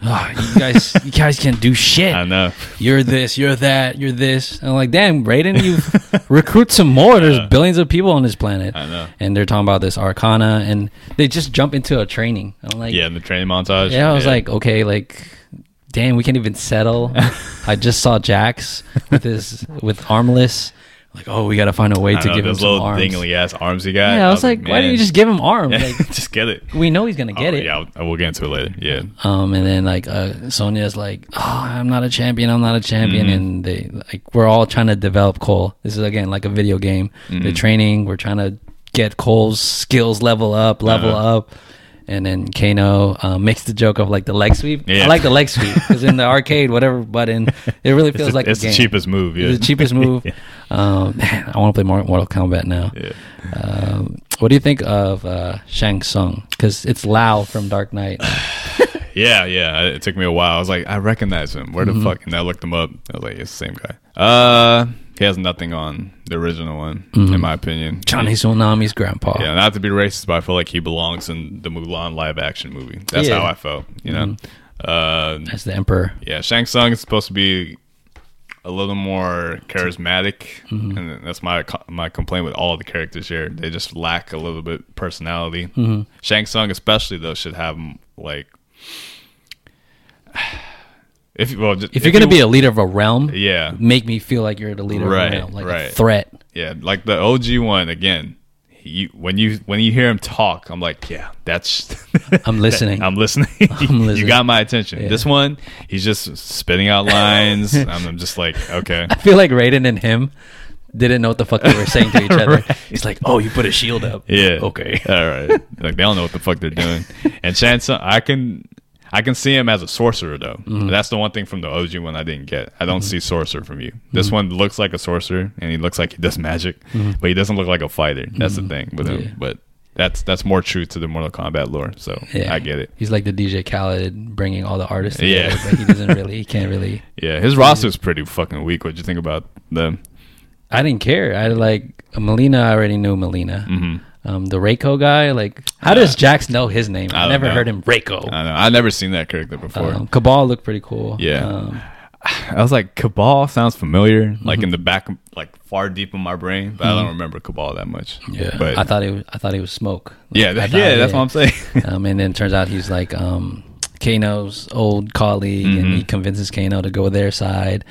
S2: Ah, you guys you guys can't do shit.
S1: I know.
S2: You're this, you're that, you're this. And I'm like, "Damn, Raiden, you recruit some more. There's billions of people on this planet."
S1: I know.
S2: And they're talking about this arcana and they just jump into a training. I'm like,
S1: Yeah, in the training montage.
S2: Yeah, I was like, okay, like, damn, we can't even settle. I just saw Jax with his with armless. Like, oh, we got to find a way
S1: I
S2: to
S1: know,
S2: give him
S1: those
S2: some
S1: little
S2: arms.
S1: dingly ass arms he got.
S2: Yeah, I was like, why don't you
S1: man,
S2: just give him arms? Like,
S1: just get it?
S2: we know he's gonna get
S1: Oh,
S2: it.
S1: Yeah, I'll- we'll get into it later. Yeah,
S2: Um, and then like uh, Sonya's like, oh, I'm not a champion. I'm not a champion.
S1: Mm-hmm.
S2: And they like we're all trying to develop Cole. This is again like a video game.
S1: Mm-hmm.
S2: They're training. We're trying to get Cole's skills level up, level up. And then Kano uh, makes the joke of like the leg sweep.
S1: Yeah.
S2: I like the leg sweep because in the arcade, whatever button, it really feels
S1: it's,
S2: like
S1: it's
S2: a game.
S1: the cheapest move. Yeah,
S2: It's the cheapest move. um, man, I want to play more Mortal Kombat now.
S1: Yeah.
S2: Um, what do you think of uh, Shang Tsung? Because it's Lao from Dark Knight.
S1: Yeah, yeah. I- It took me a while. I was like, I recognize him. Where the fuck? And I looked him up. I was like, it's the same guy. Uh, he has nothing on the original one, in my opinion.
S2: Johnny Tsunami's grandpa.
S1: Yeah, not to be racist, but I feel like he belongs in the Mulan live action movie. That's
S2: Yeah.
S1: how I felt. You know. Uh,
S2: as the emperor.
S1: yeah, Shang Tsung is supposed to be a little more charismatic,
S2: Mm-hmm.
S1: and that's my co- my complaint with all the characters here. They just lack a little bit personality.
S2: Mm-hmm.
S1: Shang Tsung, especially though, should have m- like if well just,
S2: If you're going to be a leader of a realm,
S1: yeah
S2: make me feel like you're the leader
S1: Right,
S2: of a realm, like a
S1: right.
S2: threat.
S1: yeah like the OG one again. You, when you when you hear him talk, I'm like, yeah, that's
S2: I'm listening.
S1: I'm listening. you
S2: listening.
S1: got my attention. This one, he's just spitting out lines. I'm, I'm just like, okay,
S2: I feel like Raiden and him didn't know what the fuck they were saying to each other. He's like, "Oh, you put a shield up."
S1: Yeah.
S2: Okay.
S1: All right. Like they don't know what the fuck they're doing. And Shang Tsung, I can, I can see him as a sorcerer though.
S2: Mm-hmm.
S1: That's the one thing from the OG one I didn't get. I don't see sorcerer from you. This
S2: Mm-hmm.
S1: one looks like a sorcerer and he looks like he does magic, but he doesn't look like a fighter. That's the thing with
S2: Mm-hmm. Yeah.
S1: him. But that's that's more true to the Mortal Kombat lore. So I get it.
S2: He's like the DJ Khaled bringing all the artists
S1: Yeah.
S2: together, but he doesn't really, he can't really.
S1: Yeah, his roster's pretty fucking weak. What you think about them?
S2: I didn't care. I like Melina. I already knew Melina.
S1: Mm-hmm.
S2: Um, the Reiko guy, like, how does Jax know his name?
S1: I
S2: I,
S1: don't
S2: never
S1: know.
S2: heard him
S1: I
S2: Reiko.
S1: don't know. I've never seen that character before.
S2: Um, Cabal looked pretty cool.
S1: Yeah.
S2: Um,
S1: I was like, Cabal sounds familiar,
S2: Mm-hmm.
S1: like in the back, like far deep in my brain, but I don't remember Cabal that much.
S2: yeah.
S1: but
S2: I thought it was. I thought he was Smoke.
S1: yeah,
S2: I
S1: that,
S2: thought-
S1: yeah, that's what I'm saying.
S2: um, and then turns out he's like um, Kano's old colleague, and
S1: Mm-hmm.
S2: he convinces Kano to go their side.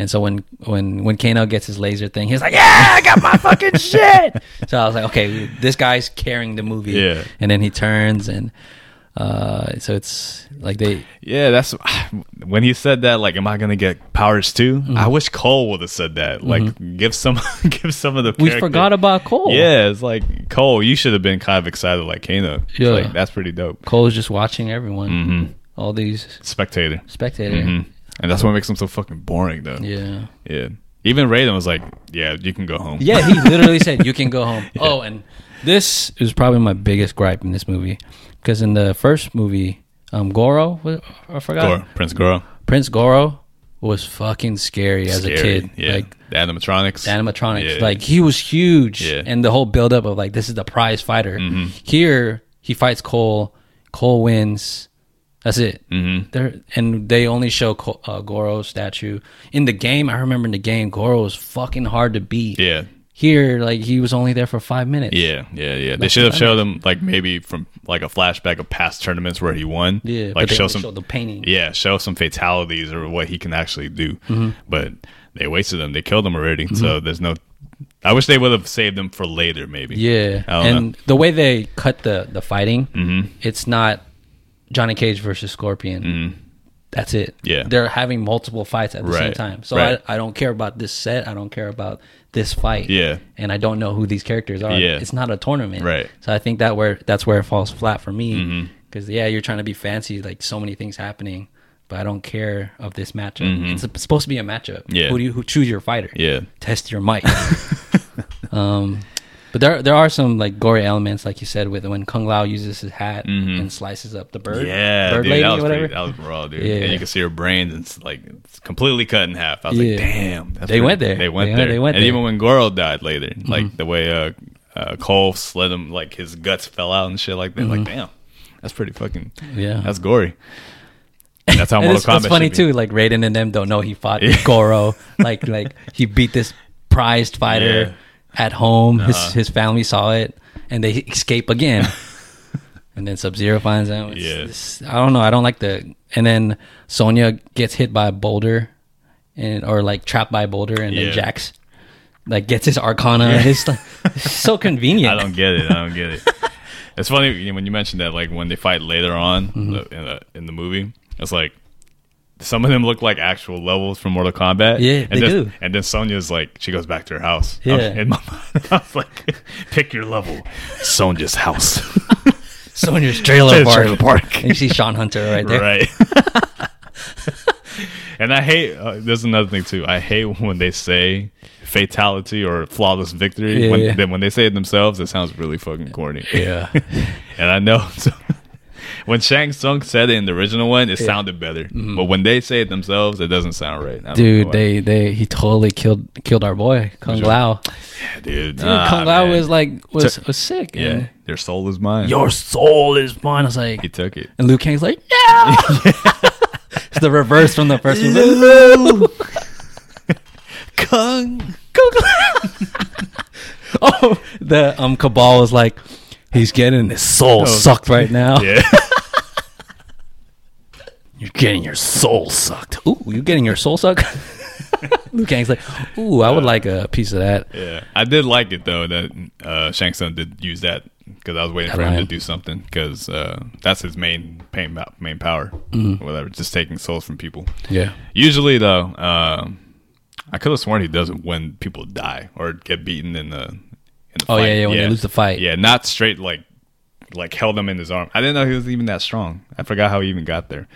S2: And so when when when Kano gets his laser thing, he's like, "Yeah, I got my fucking shit." So I was like, "Okay, this guy's carrying the movie."
S1: Yeah.
S2: And then he turns, and uh, so it's like they
S1: yeah, that's when he said that. Like, am I gonna get powers too? I
S2: Mm-hmm.
S1: wish Cole would have said that. Like, give some, give some of the.
S2: we
S1: character-
S2: forgot about Cole.
S1: Yeah, it's like Cole. You should have been kind of excited, like Kano. It's
S2: Yeah.
S1: like, that's pretty dope.
S2: Cole's just watching everyone,
S1: Mm-hmm.
S2: all these
S1: Spectator,
S2: spectators.
S1: Mhm. and that's what makes him so fucking boring, though.
S2: Yeah.
S1: Yeah. Even Raiden was like, "Yeah, you can go home."
S2: Yeah, he literally said, "You can go home." Oh, and this is probably my biggest gripe in this movie, because in the first movie, um, Goro, wa- I forgot,
S1: Goro, Prince Goro.
S2: Prince Goro was fucking scary as a
S1: Scary.
S2: kid.
S1: Yeah.
S2: Like
S1: the animatronics.
S2: the animatronics,
S1: Yeah.
S2: like he was huge,
S1: Yeah. Mm-hmm.
S2: and the whole buildup of like this is the prize fighter. Here, he fights Cole. Cole wins. That's it. Mm-hmm. They're, and they only show Col- uh, Goro's statue in the game. I remember in the game, Goro was fucking hard to beat.
S1: yeah.
S2: Here, like he was only there for five minutes.
S1: Yeah, yeah, yeah. They should have showed him like maybe from like a flashback of past tournaments where he won.
S2: yeah.
S1: like
S2: but they
S1: show
S2: only
S1: some,
S2: showed the painting.
S1: yeah, show some fatalities or what he can actually do.
S2: Mm-hmm.
S1: But they wasted him. They killed him already. So there's no. I wish they would have saved him for later, maybe.
S2: Yeah,
S1: I don't Mm-hmm.
S2: and the way they cut the the fighting, it's not Johnny Cage versus Scorpion. That's it.
S1: Mm-hmm. Yeah.
S2: they're having multiple fights at the same
S1: Right,
S2: time. So
S1: right.
S2: I, I don't care about this set. I don't care about this fight.
S1: Yeah.
S2: and I don't know who these characters are.
S1: Yeah.
S2: it's not a tournament.
S1: Right. Mm-hmm.
S2: So I think that where that's where it falls flat for me. Because yeah, you're trying to be fancy, like so many things happening. But I don't care of this matchup. It's supposed to be a matchup.
S1: Mm-hmm. Yeah.
S2: Who do you who choose your fighter?
S1: Yeah.
S2: test your mic. um, but there there are some like gory elements, like you said, with when Kung Lao uses his hat and slices up the bird,
S1: Mm-hmm. Yeah,
S2: bird
S1: dude,
S2: lady
S1: that
S2: or
S1: was
S2: whatever.
S1: pretty, that was raw, dude.
S2: Yeah.
S1: And you can see her brains and it's like it's completely cut in half. I was
S2: Yeah.
S1: like, damn, that's
S2: They went there.
S1: They went
S2: They-
S1: there.
S2: they went
S1: and
S2: there. Mm-hmm.
S1: even when Goro died later, like the way uh, uh, Cole slid him, like his guts fell out and shit like that. Like, damn, that's pretty fucking.
S2: Mm-hmm. Yeah.
S1: that's gory. And that's how
S2: and
S1: Mortal
S2: it's,
S1: Kombat.
S2: it's funny
S1: should be.
S2: too. Like Raiden and them don't know he fought
S1: Yeah.
S2: Goro. Like like he beat this prized fighter at home.
S1: Uh-huh.
S2: His his family saw it, and they escape again. and then Sub Zero finds out. It's-
S1: Yeah.
S2: it's- I don't know. I don't like the. And then Sonya gets hit by a boulder, and or like trapped by a boulder, and
S1: Yeah.
S2: then Jax like gets his Arcana. It's like it's so convenient.
S1: I don't get it. I don't get it. it's funny you know, when you mentioned that, like when they fight later on
S2: Mm-hmm.
S1: uh, in, the, in the movie, it's like some of them look like actual levels from Mortal Kombat.
S2: Yeah,
S1: and
S2: they
S1: then,
S2: do.
S1: And then Sonya's like, she goes back to her house.
S2: Yeah.
S1: I'm- in my mind, I was like, pick your level, Sonya's house,
S2: Sonya's trailer park.
S1: Trailer park.
S2: And you see Sean Hunter right there.
S1: right? and I hate. Uh, there's another thing too. I hate when they say fatality or flawless victory.
S2: Yeah,
S1: when,
S2: yeah.
S1: Then when they say it themselves, it sounds really fucking corny.
S2: Yeah.
S1: And I know so, when Shang Tsung said it in the original one, it sounded better. But when they say it themselves, it doesn't sound right. I don't know
S2: Mm-hmm. Dude,
S1: why.
S2: they they he totally killed killed our boy Kung
S1: Which one?
S2: Lao.
S1: Yeah, dude,
S2: Dude, Kung Lao
S1: man.
S2: was like was, was sick.
S1: yeah,
S2: and
S1: their soul is mine.
S2: your soul is mine. I was like,
S1: he took it.
S2: and Liu Kang's like, no. it's the reverse from the first movie.
S1: Kung.
S2: oh, the um Cabal was like, he's getting his soul sucked right now.
S1: Yeah,
S2: You're getting your soul sucked. Ooh, you getting your soul sucked? Liu Kang's like, ooh, I would like a piece of that.
S1: yeah. I did like it though that uh, Shang Tsung did use that because I was waiting for him
S2: line.
S1: to do something because uh, that's his main pain, main power,
S2: Mm-hmm.
S1: whatever. Just taking souls from people.
S2: Yeah.
S1: Usually, though, um, I could have sworn he does it when people die or get beaten in the. In the
S2: Oh,
S1: fight.
S2: yeah, yeah, when they lose the fight.
S1: Yeah, not straight like like held him in his arm. I didn't know he was even that strong. I forgot how he even got there.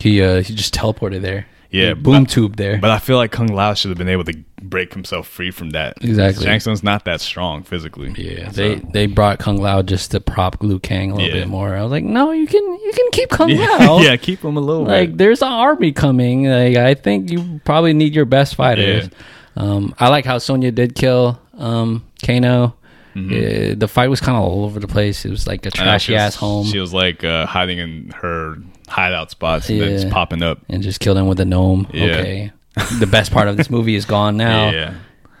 S2: He uh he just teleported there.
S1: Yeah,
S2: He boom
S1: but-
S2: tube there.
S1: But I feel like Kung Lao should have been able to break himself free from that.
S2: Exactly.
S1: Shang Tsung's not that strong physically.
S2: yeah,
S1: So-
S2: they they brought Kung Lao just to prop Liu Kang a little
S1: Yeah.
S2: bit more. I was like, no, you can you can keep Kung
S1: yeah,
S2: Lao.
S1: yeah, keep him a little
S2: Like
S1: bit.
S2: there's an army coming. Like I think you probably need your best fighters. Um, I like how Sonya did kill um, Kano. Uh, the fight was kind of all over the place. It was like a
S1: I know Mm-hmm. Ah, she
S2: trashy
S1: was-
S2: ass home,
S1: She was like uh, hiding in her hideout spots and then
S2: Yeah.
S1: just popping up.
S2: and just killed him with a gnome.
S1: Yeah.
S2: Okay, the best part of this movie is gone now.
S1: Yeah,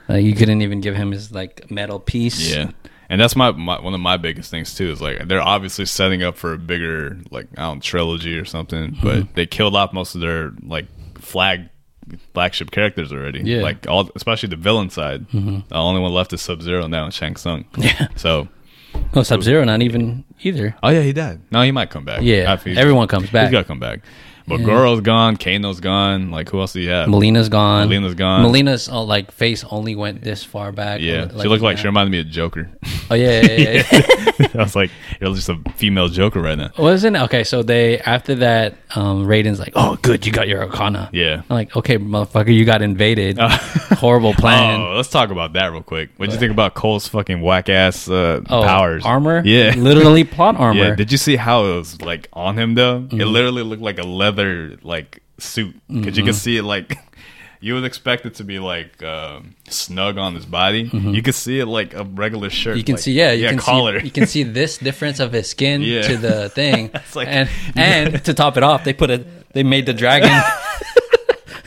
S2: Like, you couldn't even give him his like metal piece.
S1: yeah. And that's my, my one of my biggest things too is like they're obviously setting up for a bigger like I don't know, trilogy or something,
S2: Mm-hmm.
S1: but they killed off most of their like flag flagship characters already.
S2: Yeah. Mm-hmm.
S1: like all especially the villain side. The only one left is Sub Zero now and Shang Tsung.
S2: Yeah.
S1: So
S2: No, Sub Zero, not even either.
S1: oh yeah, he died. No, he might come back.
S2: Yeah,
S1: I feel-
S2: everyone comes
S1: he's
S2: back.
S1: gotta come back. But Goro's gone, Kano's gone. Like who else do you have?
S2: Melina's gone.
S1: Melina's gone.
S2: Melina's uh, like face only went this far back.
S1: Yeah, she looked like she
S2: yeah.
S1: reminded me of Joker.
S2: Oh yeah, yeah, yeah. yeah.
S1: I was like, you're just a female Joker right now.
S2: Wasn't okay. So they after that, um, Raiden's like, "Oh, good, you got your Arcana."
S1: Yeah.
S2: I'm like, "Okay, motherfucker, you got invaded. Horrible plan.
S1: Oh, let's talk about that real quick. What'd you think about Cole's fucking whack ass uh,
S2: Oh,
S1: powers?
S2: armor.
S1: Yeah.
S2: literally plot armor. Mm-hmm.
S1: Yeah. Did you see how it was like on him though? It literally looked like a leather like suit because you
S2: Mm-hmm.
S1: could see it like. You would expect it to be like um, snug on his body. You could see it like a regular shirt.
S2: Mm-hmm. you can
S1: like-
S2: see, yeah, you
S1: yeah,
S2: can
S1: collar.
S2: see, you can see this difference of his skin
S1: Yeah.
S2: to the thing,
S1: It's like-
S2: and and to top it off, they put a, they made the dragon.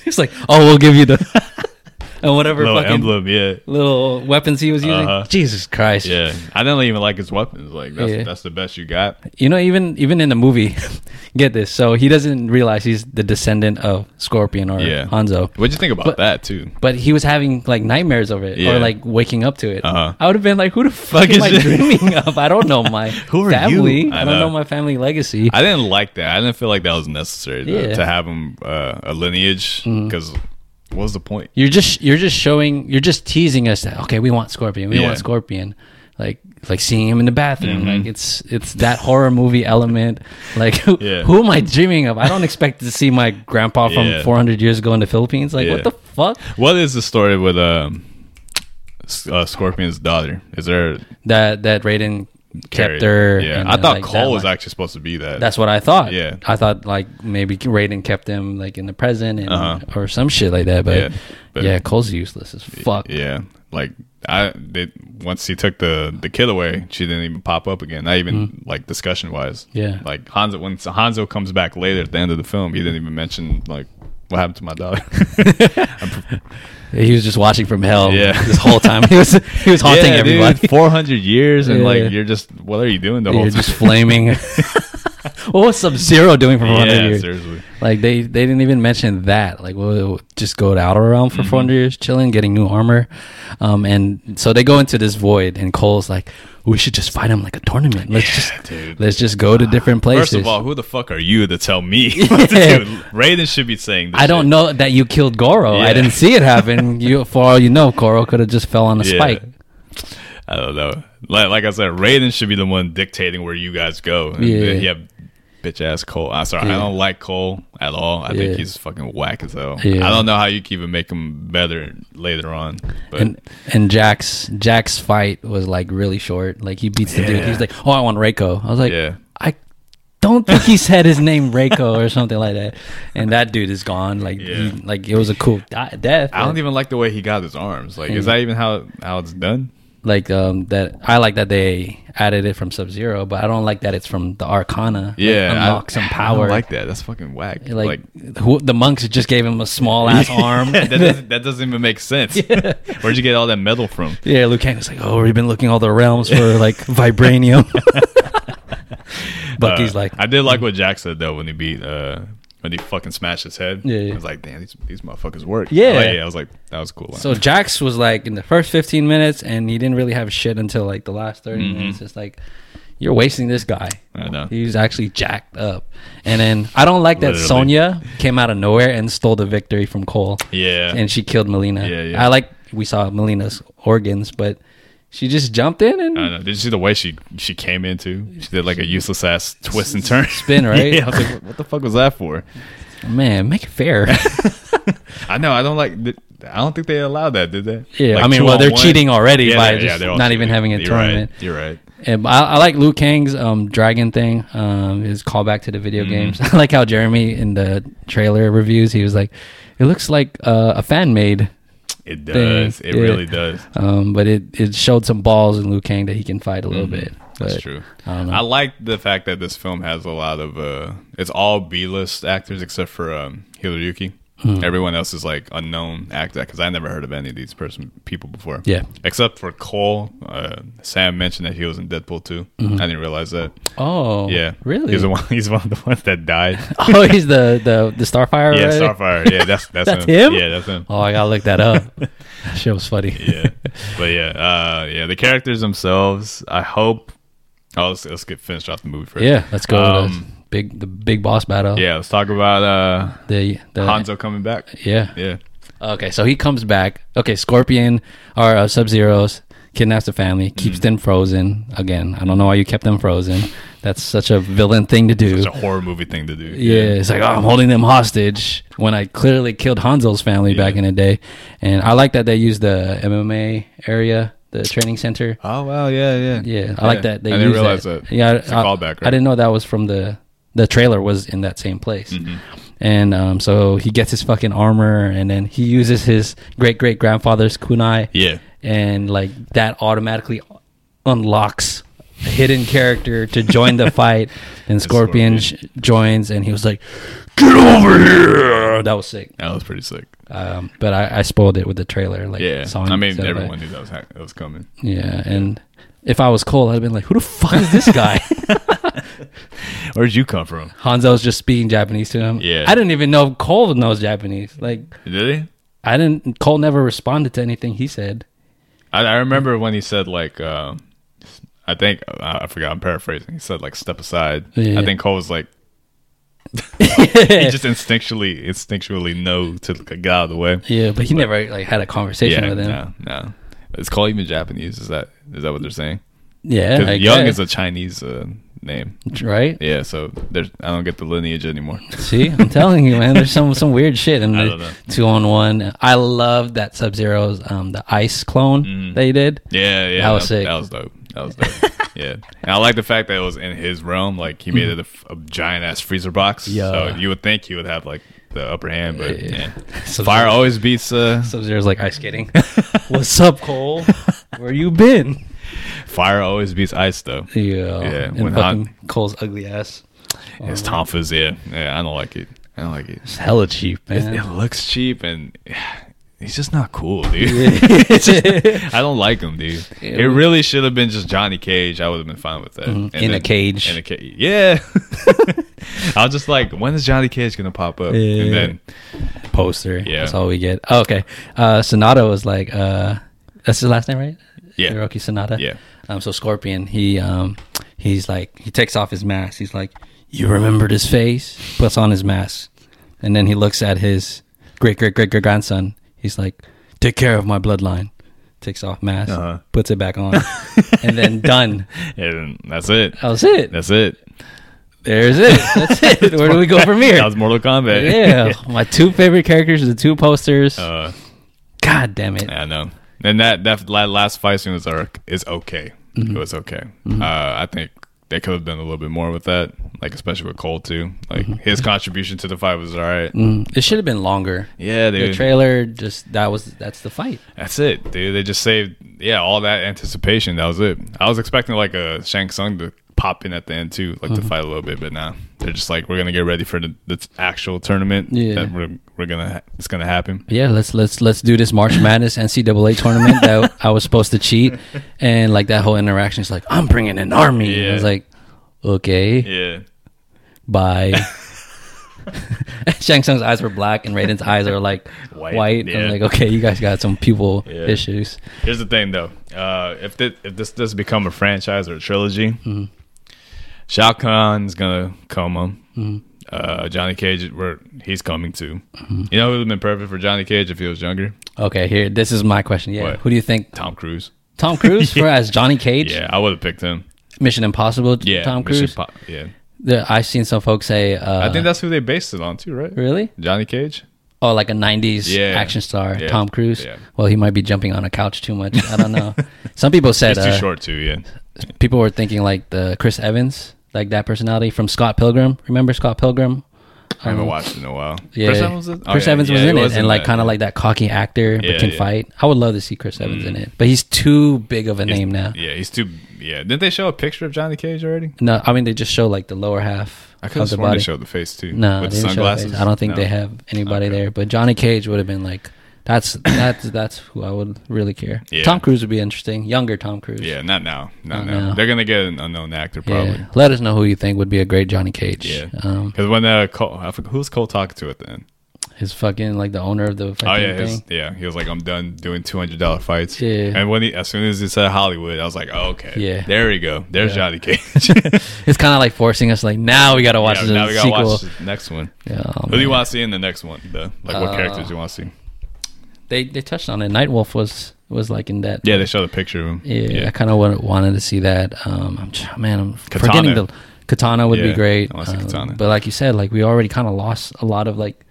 S2: it's like, oh, we'll give you the, and whatever
S1: little
S2: fucking
S1: emblem. Yeah,
S2: little weapons he was using.
S1: Uh-huh.
S2: Jesus Christ,
S1: yeah. I didn't even like his weapons. Like that's
S2: Yeah. Uh,
S1: that's the best you got.
S2: you know even even in the movie get this so he doesn't realize he's the descendant of scorpion or
S1: Yeah.
S2: hanzo
S1: What'd you think about
S2: But-
S1: that too?
S2: but he was having like nightmares of it
S1: Yeah.
S2: or like waking up to it
S1: Uh-huh.
S2: i would have been like who the fuck
S1: is
S2: am i
S1: it?
S2: dreaming of i don't know my
S1: Who are you?
S2: family
S1: I
S2: i don't
S1: know.
S2: know my family legacy
S1: I didn't like that. I didn't feel like that was necessary to,
S2: Yeah. Mm-hmm.
S1: to have him uh, a lineage because what was the point?
S2: you're just you're just showing you're just teasing us that okay we want scorpion we
S1: Yeah.
S2: want scorpion like like seeing him in the bathroom like it's it's that horror movie element like who,
S1: Yeah.
S2: who am i dreaming of i don't expect to see my grandpa from
S1: Yeah.
S2: 400 years ago in the philippines like
S1: Yeah.
S2: what the fuck
S1: What is the story with um, S- uh, Scorpion's daughter? Is there
S2: that that raiden
S1: Carrie?
S2: kept her
S1: Yeah,
S2: and,
S1: I
S2: uh,
S1: thought
S2: like, that
S1: Cole was
S2: one.
S1: actually supposed to be that.
S2: that's what I thought.
S1: Yeah.
S2: I thought like maybe Raiden kept him like in the present and,
S1: Uh-huh.
S2: or some shit like that. But
S1: Yeah,
S2: yeah,
S1: but-
S2: Cole's useless as fuck.
S1: yeah. Like I they once he took the the kid away, she didn't even pop up again. Not even like discussion wise.
S2: Mm-hmm. Yeah.
S1: Like Hanzo when Hanzo comes back later at the end of the film, he didn't even mention like what happened to my daughter.
S2: He was just watching from hell.
S1: Yeah.
S2: this whole time he was he was haunting
S1: Yeah, dude,
S2: everybody.
S1: 400 years and
S2: Yeah.
S1: like you're just what are you doing the whole
S2: You're
S1: time?
S2: just flaming. what was Sub Zero doing for 400
S1: yeah,
S2: years?
S1: seriously.
S2: Like they they didn't even mention that. Like we'll just go to outer realm for
S1: Mm-hmm.
S2: 400 years, chilling, getting new armor, um, and so they go into this void, and Cole's like, we should just fight him like a tournament. Let's just
S1: dude.
S2: let's just go to different places.
S1: First of all, who the fuck are you to tell me what to
S2: Yeah.
S1: do? Raiden should be saying this.
S2: I don't know that you killed Goro.
S1: Yeah.
S2: I didn't see it happen. you, for all you know, Goro could have just fell on a
S1: Yeah.
S2: spike.
S1: shit. I don't know. Like, like I said, Raiden should be the one dictating where you guys go. And
S2: Yeah.
S1: then you have bitch ass Cole. I'm sorry, I don't like Cole at all. I
S2: Yeah.
S1: think he's fucking whack as hell.
S2: Yeah.
S1: I don't know how you can even make him better later on. But
S2: and and Jack's Jack's fight was like really short. Like he beats the dude.
S1: Yeah.
S2: He's like, "Oh, I want Reiko." I was like,
S1: Yeah.
S2: "I don't think he said his name Reiko or something like that." And that dude is gone. Like,
S1: Yeah.
S2: he, like it was a cool di- death.
S1: I don't even like the way he got his arms. Like, is that even how how it's done?
S2: like um that. I like that they added it from Sub Zero, but I don't like that it's from the Arcana.
S1: Yeah,
S2: like,
S1: I-
S2: unlock some
S1: I
S2: power.
S1: don't like that. That's fucking whack.
S2: like, who, the monks just gave him a small ass arm.
S1: that, doesn't, that doesn't even make sense. Where'd you get all that metal from?
S2: Yeah, Liu Kang was like, "Oh, we've been looking all the realms for like vibranium." Bucky's
S1: Uh,
S2: like, mm.
S1: I did like what Jack said though when he beat uh when he fucking smashed his head.
S2: Yeah, yeah.
S1: I was like, damn, these, these motherfuckers work.
S2: Yeah.
S1: Like, I was like, that was a cool. Line.
S2: So Jax was like in the first 15 minutes, and he didn't really have shit until like the last 30 minutes. It's like you're wasting this guy.
S1: Mm-hmm. I know.
S2: He's actually jacked up. And then I don't like that
S1: Literally.
S2: Sonya came out of nowhere and stole the victory from Cole.
S1: Yeah.
S2: And she killed Melina.
S1: Yeah, yeah.
S2: I like we saw Melina's organs, but she just jumped in and
S1: I don't know. Did you see the way she she came into? She did like a useless ass twist and turn.
S2: spin, right?
S1: yeah, I was like, what the fuck was that for?
S2: Man, make it fair.
S1: I know. I don't like. I don't think they allowed that, did they?
S2: Yeah,
S1: Like
S2: I mean,
S1: two
S2: well,
S1: on
S2: they're
S1: one?
S2: cheating already
S1: Yeah,
S2: by
S1: they're- yeah,
S2: just
S1: they're all
S2: not even
S1: cheating.
S2: having a
S1: You're right.
S2: tournament.
S1: You're right.
S2: And I, I like Liu Kang's um, dragon thing. Um, his callback to the video
S1: Mm-hmm.
S2: games. I like how Jeremy in the trailer reviews, he was like, "It looks like uh, a fan made."
S1: It does. It
S2: Yeah.
S1: really does.
S2: Um, but it, it showed some balls in Liu Kang that he can fight a little bit.
S1: Mm-hmm. That's
S2: But
S1: true.
S2: I don't know.
S1: I like the fact that this film has a lot of uh it's all B-list actors except for um Hiroyuki.
S2: Hmm.
S1: Everyone else is like unknown actor because I never heard of any of these person people before.
S2: Yeah.
S1: except for Cole. Uh, Sam mentioned that he was in Deadpool too. I didn't realize that.
S2: Mm-hmm. oh,
S1: Yeah,
S2: really?
S1: He's the one. He's one of the ones that died.
S2: oh, he's the the the Starfire.
S1: yeah,
S2: right?
S1: Starfire. Yeah, that's that's,
S2: That's him?
S1: Yeah, that's him.
S2: Oh, I gotta look that up. that shit was funny.
S1: yeah. But yeah, uh, yeah, the characters themselves. I hope. Oh, let's, let's get finished off the movie first.
S2: Yeah, let's go to the
S1: Um,
S2: big the big boss battle.
S1: Yeah, let's talk about uh,
S2: the the
S1: Hanzo coming back.
S2: Yeah,
S1: Yeah,
S2: Okay, so he comes back. Okay, Scorpion or uh, Sub Zero's kidnaps the family,
S1: Mm-hmm.
S2: keeps them frozen. Again, I don't know why you kept them frozen. That's such a villain thing to do.
S1: it's a horror movie thing to do.
S2: yeah, it's like oh, I'm holding them hostage when I clearly killed Hanzo's family back
S1: Yeah.
S2: in the day. And I like that they used the MMA area, the training center.
S1: Oh wow, yeah, yeah,
S2: Yeah, I like that. They
S1: I didn't
S2: use
S1: realize that.
S2: Yeah,
S1: it's a
S2: I-
S1: callback. Right?
S2: I didn't know that was from the the trailer was in that same place.
S1: Mm-hmm.
S2: And um, so he gets his fucking armor, and then he uses his great great grandfather's kunai,
S1: Yeah,
S2: and like that automatically unlocks a hidden character to join the fight. And Scorpion sh- joins, and he was like,
S1: get over here.
S2: "Oh, that was sick."
S1: That was pretty sick.
S2: Um, but I, I spoiled it with the trailer. Like,
S1: Yeah,
S2: song,
S1: I mean
S2: so, like,
S1: everyone knew that was ha- that was coming.
S2: yeah, and if I was Cole, I'd have been like, "Who the fuck is this guy?"
S1: Where'd you come from?
S2: Hanzo's just speaking Japanese to him.
S1: Yeah.
S2: I didn't even know Cole knows Japanese. Like
S1: Did he?
S2: I didn't Cole never responded to anything he said.
S1: I, I remember when he said like, um I think I I forgot. I'm paraphrasing. He said like, step aside.
S2: Yeah.
S1: I think Cole was like, he just instinctually, instinctually know to get out of the way.
S2: yeah, but he never like had a conversation
S1: Yeah,
S2: with him.
S1: no, no. It's called even Japanese. Is that is that what they're saying?
S2: Yeah,
S1: 'Cause
S2: I
S1: Young
S2: guess.
S1: is a Chinese uh, name.
S2: right?
S1: Yeah, so there's I don't get the lineage anymore.
S2: See, I'm telling you, man. There's some some weird shit in
S1: I don't know.
S2: the two on one. I love that Sub Zero's um the ice clone
S1: Mm-hmm.
S2: they did.
S1: Yeah, yeah,
S2: That was sick.
S1: That was dope. That was dope. yeah, and I like the fact that it was in his realm. Like he made it a, f- a giant ass freezer box. So
S2: Mm-hmm. Yeah.
S1: you would think he would have like the upper hand, but yeah.
S2: Sub-Zero-
S1: Fire always beats uh,
S2: Sub Zero's like ice skating. What's up, Cole? Where you been?
S1: fire always beats ice though.
S2: Yeah,
S1: Yeah,
S2: and
S1: when
S2: fucking Cole's ugly ass.
S1: His tonfas, yeah, yeah. I don't like it. I don't like it.
S2: It's hella cheap, man.
S1: It looks cheap and he's just not cool, dude. I don't like him, dude. It really should have been just Johnny Cage. I would have been fine with that. And
S2: Mm-hmm. In a cage.
S1: In a cage. Yeah. I was just like, when is Johnny Cage gonna pop up?
S2: Yeah.
S1: And then
S2: poster.
S1: Yeah.
S2: That's all we get. Oh, okay. Uh Sonata was like uh that's his last name, right?
S1: Yeah.
S2: Hiroki Sonata.
S1: Yeah.
S2: Um so Scorpion, he um he's like he takes off his mask. He's like, You remembered his face? Puts on his mask. And then he looks at his great great great great grandson. He's like, Take care of my bloodline. Takes off mask,
S1: Uh-huh.
S2: puts it back on, and then done.
S1: and that's it.
S2: That was it.
S1: That's it.
S2: There's it. That's it. Where do we go from
S1: That
S2: here?
S1: was Mortal Kombat.
S2: Yeah, my two favorite characters, the two posters.
S1: uh,
S2: God damn it.
S1: yeah, I know. And that that la- last fight scene was are, is okay. It was okay. Uh, I think they could have done a little bit more with that, like especially with Cole too. Like his contribution to the fight was all right.
S2: It should have been longer.
S1: Yeah, dude.
S2: The trailer just that was that's the fight.
S1: That's it, dude. They just saved, yeah, all that anticipation. That was it. I was expecting like a Shang Tsung to pop in at the end too, like to fight a little bit, but nah. They're just like, we're gonna get ready for the, the actual tournament.
S2: Yeah.
S1: that we're, we're gonna ha- it's gonna happen.
S2: Yeah, let's let's let's do this March Madness NCAA tournament that I was supposed to cheat, and like that whole interaction is like I'm bringing an army. And I was
S1: Yeah.
S2: like, okay,
S1: Yeah,
S2: bye. Shang Tsung's eyes were black, and Raiden's eyes are like white.
S1: White,
S2: I'm
S1: yeah.
S2: like, okay, you guys got some pupil
S1: Yeah.
S2: issues.
S1: Here's the thing, though. Uh, if this, if this does become a franchise or a trilogy,
S2: Mm-hmm.
S1: Shao Kahn's gonna come on.
S2: Mm-hmm.
S1: Uh, Johnny Cage, where he's coming too.
S2: Mm-hmm.
S1: You know who would have been perfect for Johnny Cage if he was younger?
S2: Okay, here this is my question. Yeah,
S1: What?
S2: who do you think?
S1: Tom Cruise.
S2: Tom Cruise for as Johnny Cage,
S1: Yeah, I would have picked him.
S2: Mission Impossible.
S1: Yeah,
S2: Tom
S1: Mission
S2: Cruise.
S1: Po- yeah,
S2: The- I've seen some folks say, uh,
S1: I think that's who they based it on too, right?
S2: really?
S1: Johnny Cage.
S2: Oh, like a '90s
S1: Yeah.
S2: action star,
S1: Yeah.
S2: Tom Cruise.
S1: Yeah.
S2: Well, he might be jumping on a couch too much. I don't know. some people said
S1: It's too
S2: uh,
S1: short too. Yeah,
S2: people were thinking like the Chris Evans, like that personality from Scott Pilgrim. Remember Scott Pilgrim?
S1: I haven't
S2: Um,
S1: watched in a while.
S2: Yeah,
S1: Chris Evans was, oh,
S2: Chris
S1: yeah,
S2: Evans
S1: yeah,
S2: was
S1: he
S2: in it,
S1: was
S2: and like
S1: that,
S2: kind of
S1: yeah.
S2: like that cocky actor
S1: Yeah,
S2: but can
S1: yeah. Mm.
S2: fight. I would love to see Chris Evans in it, but he's too big of a
S1: He's-
S2: name now.
S1: Yeah, he's too. Yeah, didn't they show a picture of Johnny Cage already?
S2: No, I mean they just show like the lower half
S1: I could have
S2: of the
S1: sworn they
S2: body.
S1: showed the face too.
S2: no,
S1: with
S2: they
S1: the
S2: didn't show
S1: sunglasses.
S2: his face. I don't think
S1: No.
S2: they have anybody there. But Johnny Cage would have been like, that's that's that's who I would really care.
S1: Yeah.
S2: Tom Cruise would be interesting, younger Tom Cruise.
S1: Yeah, not now. Not,
S2: Not
S1: now.
S2: now.
S1: They're gonna get an unknown actor probably.
S2: Yeah. Let us know who you think would be a great Johnny Cage.
S1: Yeah.
S2: Um,
S1: Because when uh, Cole, I forgot, who was Cole talking to at the end?
S2: his fucking like the owner of the fucking
S1: Oh yeah, his,
S2: thing.
S1: yeah. He was like, "I'm done doing two hundred dollar fights."
S2: Yeah.
S1: And when he, as soon as he said Hollywood, I was like, "Oh, okay,
S2: Yeah.
S1: there we go. There's
S2: Yeah.
S1: Johnny Cage." Yeah,
S2: It's kind of like forcing us like now we gotta watch the
S1: now we gotta
S2: sequel.
S1: watch the next one.
S2: Yeah, oh,
S1: Who do you
S2: man.
S1: want to see in the next one? Though? Like, what
S2: Uh,
S1: characters do you want to see?
S2: They they touched on it. Nightwolf was was like in that.
S1: Yeah, they showed a picture of him.
S2: Yeah, I kind of wanted, wanted to see that. Um, I'm tr- man, I'm forgetting
S1: Katana.
S2: the katana would
S1: Yeah,
S2: be great.
S1: I wanna see
S2: Um,
S1: Katana.
S2: But like you said, like we already kind of lost a lot of like,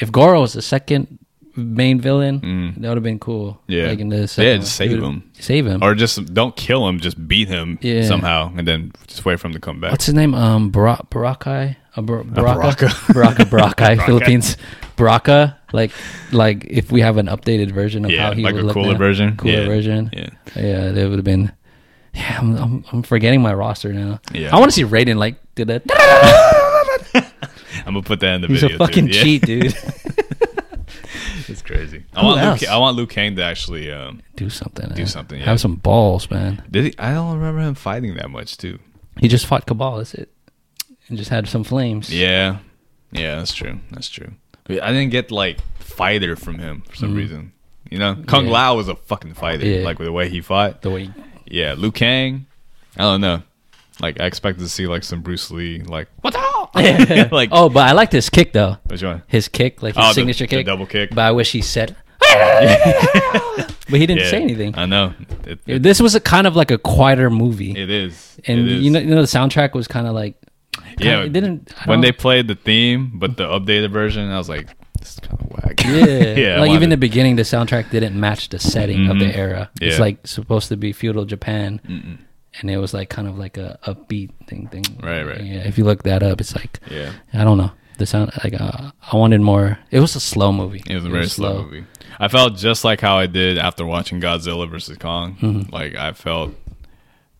S2: if Goro was the second main villain,
S1: Mm.
S2: that would have been cool.
S1: Yeah.
S2: like in the second
S1: yeah,
S2: one.
S1: just save
S2: Dude,
S1: him,
S2: save him.
S1: or just don't kill him. Just beat him
S2: Yeah.
S1: somehow, and then just wait for him to come back.
S2: What's his name? Um, Bara- Barakai. Uh, Bar- Baraka,
S1: Baraka.
S2: Baraka, Barakai, Philippines, Baraka. Like, like if we have an updated version of
S1: yeah,
S2: how he
S1: like
S2: would
S1: a
S2: look
S1: cooler
S2: now.
S1: version.
S2: cooler
S1: yeah.
S2: version.
S1: Yeah,
S2: Yeah, that would have been. Yeah, I'm, I'm, I'm forgetting my roster now.
S1: Yeah.
S2: I want to see Raiden like do that.
S1: I'm gonna put that in the
S2: He's
S1: video.
S2: a fucking
S1: dude. Yeah.
S2: cheat, dude.
S1: It's crazy. I want
S2: else?
S1: Luke, I want Luke Kang to actually um,
S2: do something.
S1: Do
S2: man.
S1: something, yeah.
S2: Have some balls, man.
S1: Did he? I don't remember him fighting that much too.
S2: He just fought Cabal. That's it. And just had some flames.
S1: Yeah, yeah, that's true. That's true. But I didn't get like fighter from him for some reason. You know, Kung
S2: Mm-hmm. Yeah.
S1: Lao was a fucking fighter.
S2: Yeah.
S1: Like with the way he fought.
S2: The way.
S1: Yeah, Liu Kang. I don't know. Like I expected to see like some Bruce Lee. Like what the hell? like
S2: oh, but I liked his kick though.
S1: which one?
S2: His kick, like his
S1: Oh, the-
S2: signature
S1: the
S2: kick,
S1: double kick.
S2: But I wish he said. but he didn't
S1: Yeah,
S2: say anything.
S1: I know. It, it,
S2: This was a kind of like a quieter movie,
S1: it is.
S2: and
S1: It is.
S2: you know, you know, the soundtrack was kind of like.
S1: yeah.
S2: it didn't. I
S1: when
S2: don't-
S1: they played the theme, but the updated version, I was like, this is kind of whack.
S2: Yeah.
S1: yeah. I
S2: like even
S1: wanted-
S2: the beginning, the soundtrack didn't match the setting of the era. It's
S1: Yeah.
S2: like supposed to be feudal Japan, and it was like kind of like a upbeat thing. Thing.
S1: Right, right.
S2: Yeah. If you look that up, it's like
S1: yeah.
S2: I don't know the sound. Like uh, I wanted more. It was a slow movie.
S1: It was a very slow, movie. I felt just like how I did after watching Godzilla versus Kong.
S2: Mm-hmm.
S1: Like I felt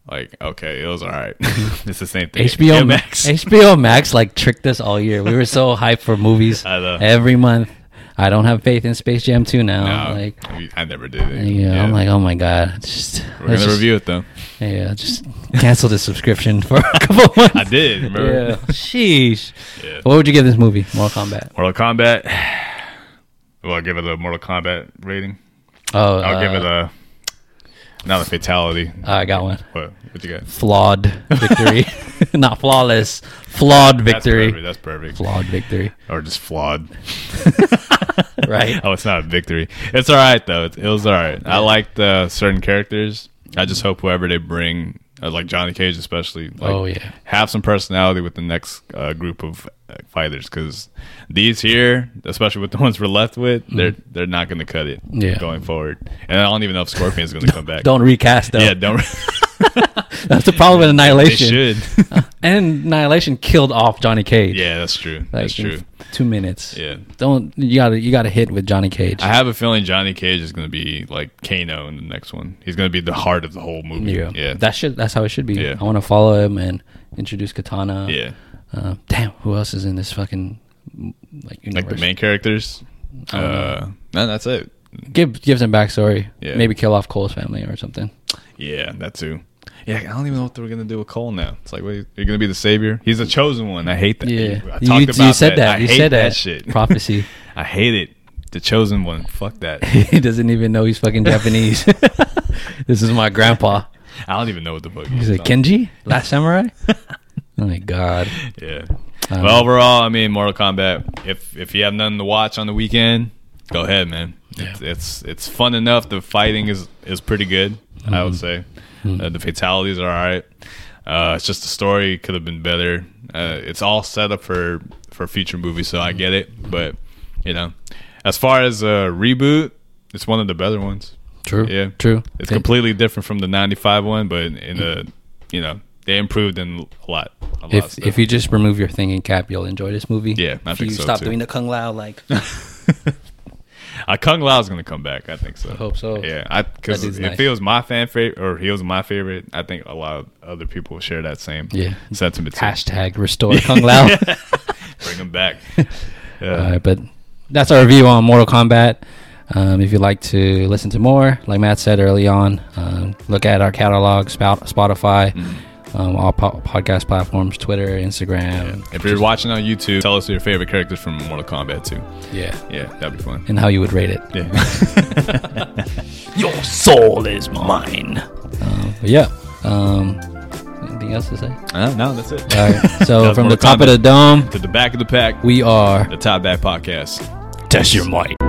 S1: like okay, it was all right. it's the same thing.
S2: HBO Max. HBO Max like tricked us all year. We were so hyped for movies
S1: I know.
S2: every month. I don't have faith in Space Jam 2 now.
S1: No,
S2: Like,
S1: we- I never did it.
S2: yeah, I'm like, oh my god, just
S1: we're
S2: let's
S1: gonna
S2: just-
S1: review it though.
S2: Yeah, just cancel the subscription for a couple months.
S1: I did. Remember?
S2: Yeah, sheesh.
S1: Yeah.
S2: What would you give this movie? Mortal Kombat.
S1: Mortal Kombat. Well, I'll give it a Mortal Kombat rating.
S2: Oh,
S1: I'll
S2: uh,
S1: give it a not a fatality.
S2: I got one.
S1: What? What you got?
S2: Flawed victory, not flawless. Flawed
S1: That's
S2: victory.
S1: perfect. That's perfect.
S2: Flawed victory.
S1: Or just flawed.
S2: Right.
S1: oh, it's not a victory. It's all right though. It, it was all right. I liked uh, certain characters. I just hope whoever they bring, uh, like Johnny Cage especially, like,
S2: Oh, yeah.
S1: have some personality with the next uh, group of uh, fighters because these here, especially with the ones we're left with, they're they're not going to cut it
S2: Mm. Yeah.
S1: going forward. And I don't even know if Scorpion's going to come back.
S2: Don't recast though.
S1: Yeah, don't.
S2: That's the problem with
S1: they
S2: Annihilation.
S1: should.
S2: And Annihilation killed off Johnny Cage.
S1: yeah, that's true. that's
S2: in
S1: true.
S2: Two minutes.
S1: Yeah.
S2: Don't you gotta you gotta hit with Johnny Cage.
S1: I have a feeling Johnny Cage is going to be like Kano in the next one. He's going to be the heart of the whole movie.
S2: yeah.
S1: yeah.
S2: That should that's how it should be.
S1: Yeah.
S2: I want to follow him and introduce Katana.
S1: yeah.
S2: Uh, damn, who else is in this fucking like universe?
S1: like the main characters.
S2: I don't
S1: Uh, no, that's it.
S2: Give give some backstory.
S1: Yeah.
S2: Maybe kill off Cole's family or something.
S1: Yeah, that too. Yeah, I don't even know what they're gonna do with Cole now. It's like, what, are you- you're gonna be the savior? He's the chosen one. I hate that.
S2: Yeah.
S1: I talked
S2: You,
S1: about
S2: you said
S1: I
S2: that. you
S1: hate
S2: said
S1: that,
S2: that.
S1: shit.
S2: Prophecy.
S1: I hate it. The chosen one. Fuck that.
S2: he doesn't even know he's fucking Japanese. this is my grandpa.
S1: I don't even know what the fuck.
S2: He's like
S1: on.
S2: Kenji, Last Samurai. oh my god.
S1: Yeah.
S2: Um,
S1: But overall, I mean, Mortal Kombat. If if you have nothing to watch on the weekend, go ahead, man. It's, it's it's fun enough. The fighting is is pretty good. I
S2: Mm-hmm.
S1: would say. Uh, the fatalities are all right. Uh, it's just the story could have been better. Uh, it's all set up for for future movies, so I get it. But you know, as far as a reboot, it's one of the better ones.
S2: True.
S1: Yeah,
S2: True.
S1: It's
S2: They-
S1: completely different from the '95 one, but in a you know they improved in a lot. A lot of
S2: If
S1: stuff.
S2: if you just remove your thinking cap, you'll enjoy this movie.
S1: Yeah, I
S2: if
S1: think
S2: you
S1: so,
S2: stop
S1: too.
S2: doing the kung lao, like
S1: Uh, Kung Lao's gonna come back. I think so. I
S2: hope so.
S1: Yeah, I because
S2: That dude's
S1: if
S2: nice.
S1: he was my fan favorite, or he was my favorite, I think a lot of other people share that same
S2: Yeah.
S1: sentiment. too.
S2: hashtag restore kung lao. Uh,
S1: Bring him back. Yeah.
S2: All right, but that's our review on Mortal Kombat. Um, if you'd like to listen to more, like Matt said early on, um, look at our catalog, Spout, Spotify, um, all po- podcast platforms, Twitter, Instagram.
S1: if you're watching on YouTube, tell us your favorite characters from Mortal Kombat too.
S2: Yeah.
S1: Yeah, that'd be fun.
S2: And how you would rate it.
S1: Yeah.
S2: Your soul is mine. Um, but yeah. Um, anything else to say?
S1: uh, no, that's it.
S2: All right. So
S1: That's
S2: from
S1: Mortal
S2: the top of
S1: Kombat.
S2: the dome,
S1: to the back of the pack,
S2: we are
S1: the Top Back Podcast.
S2: Test Your Might.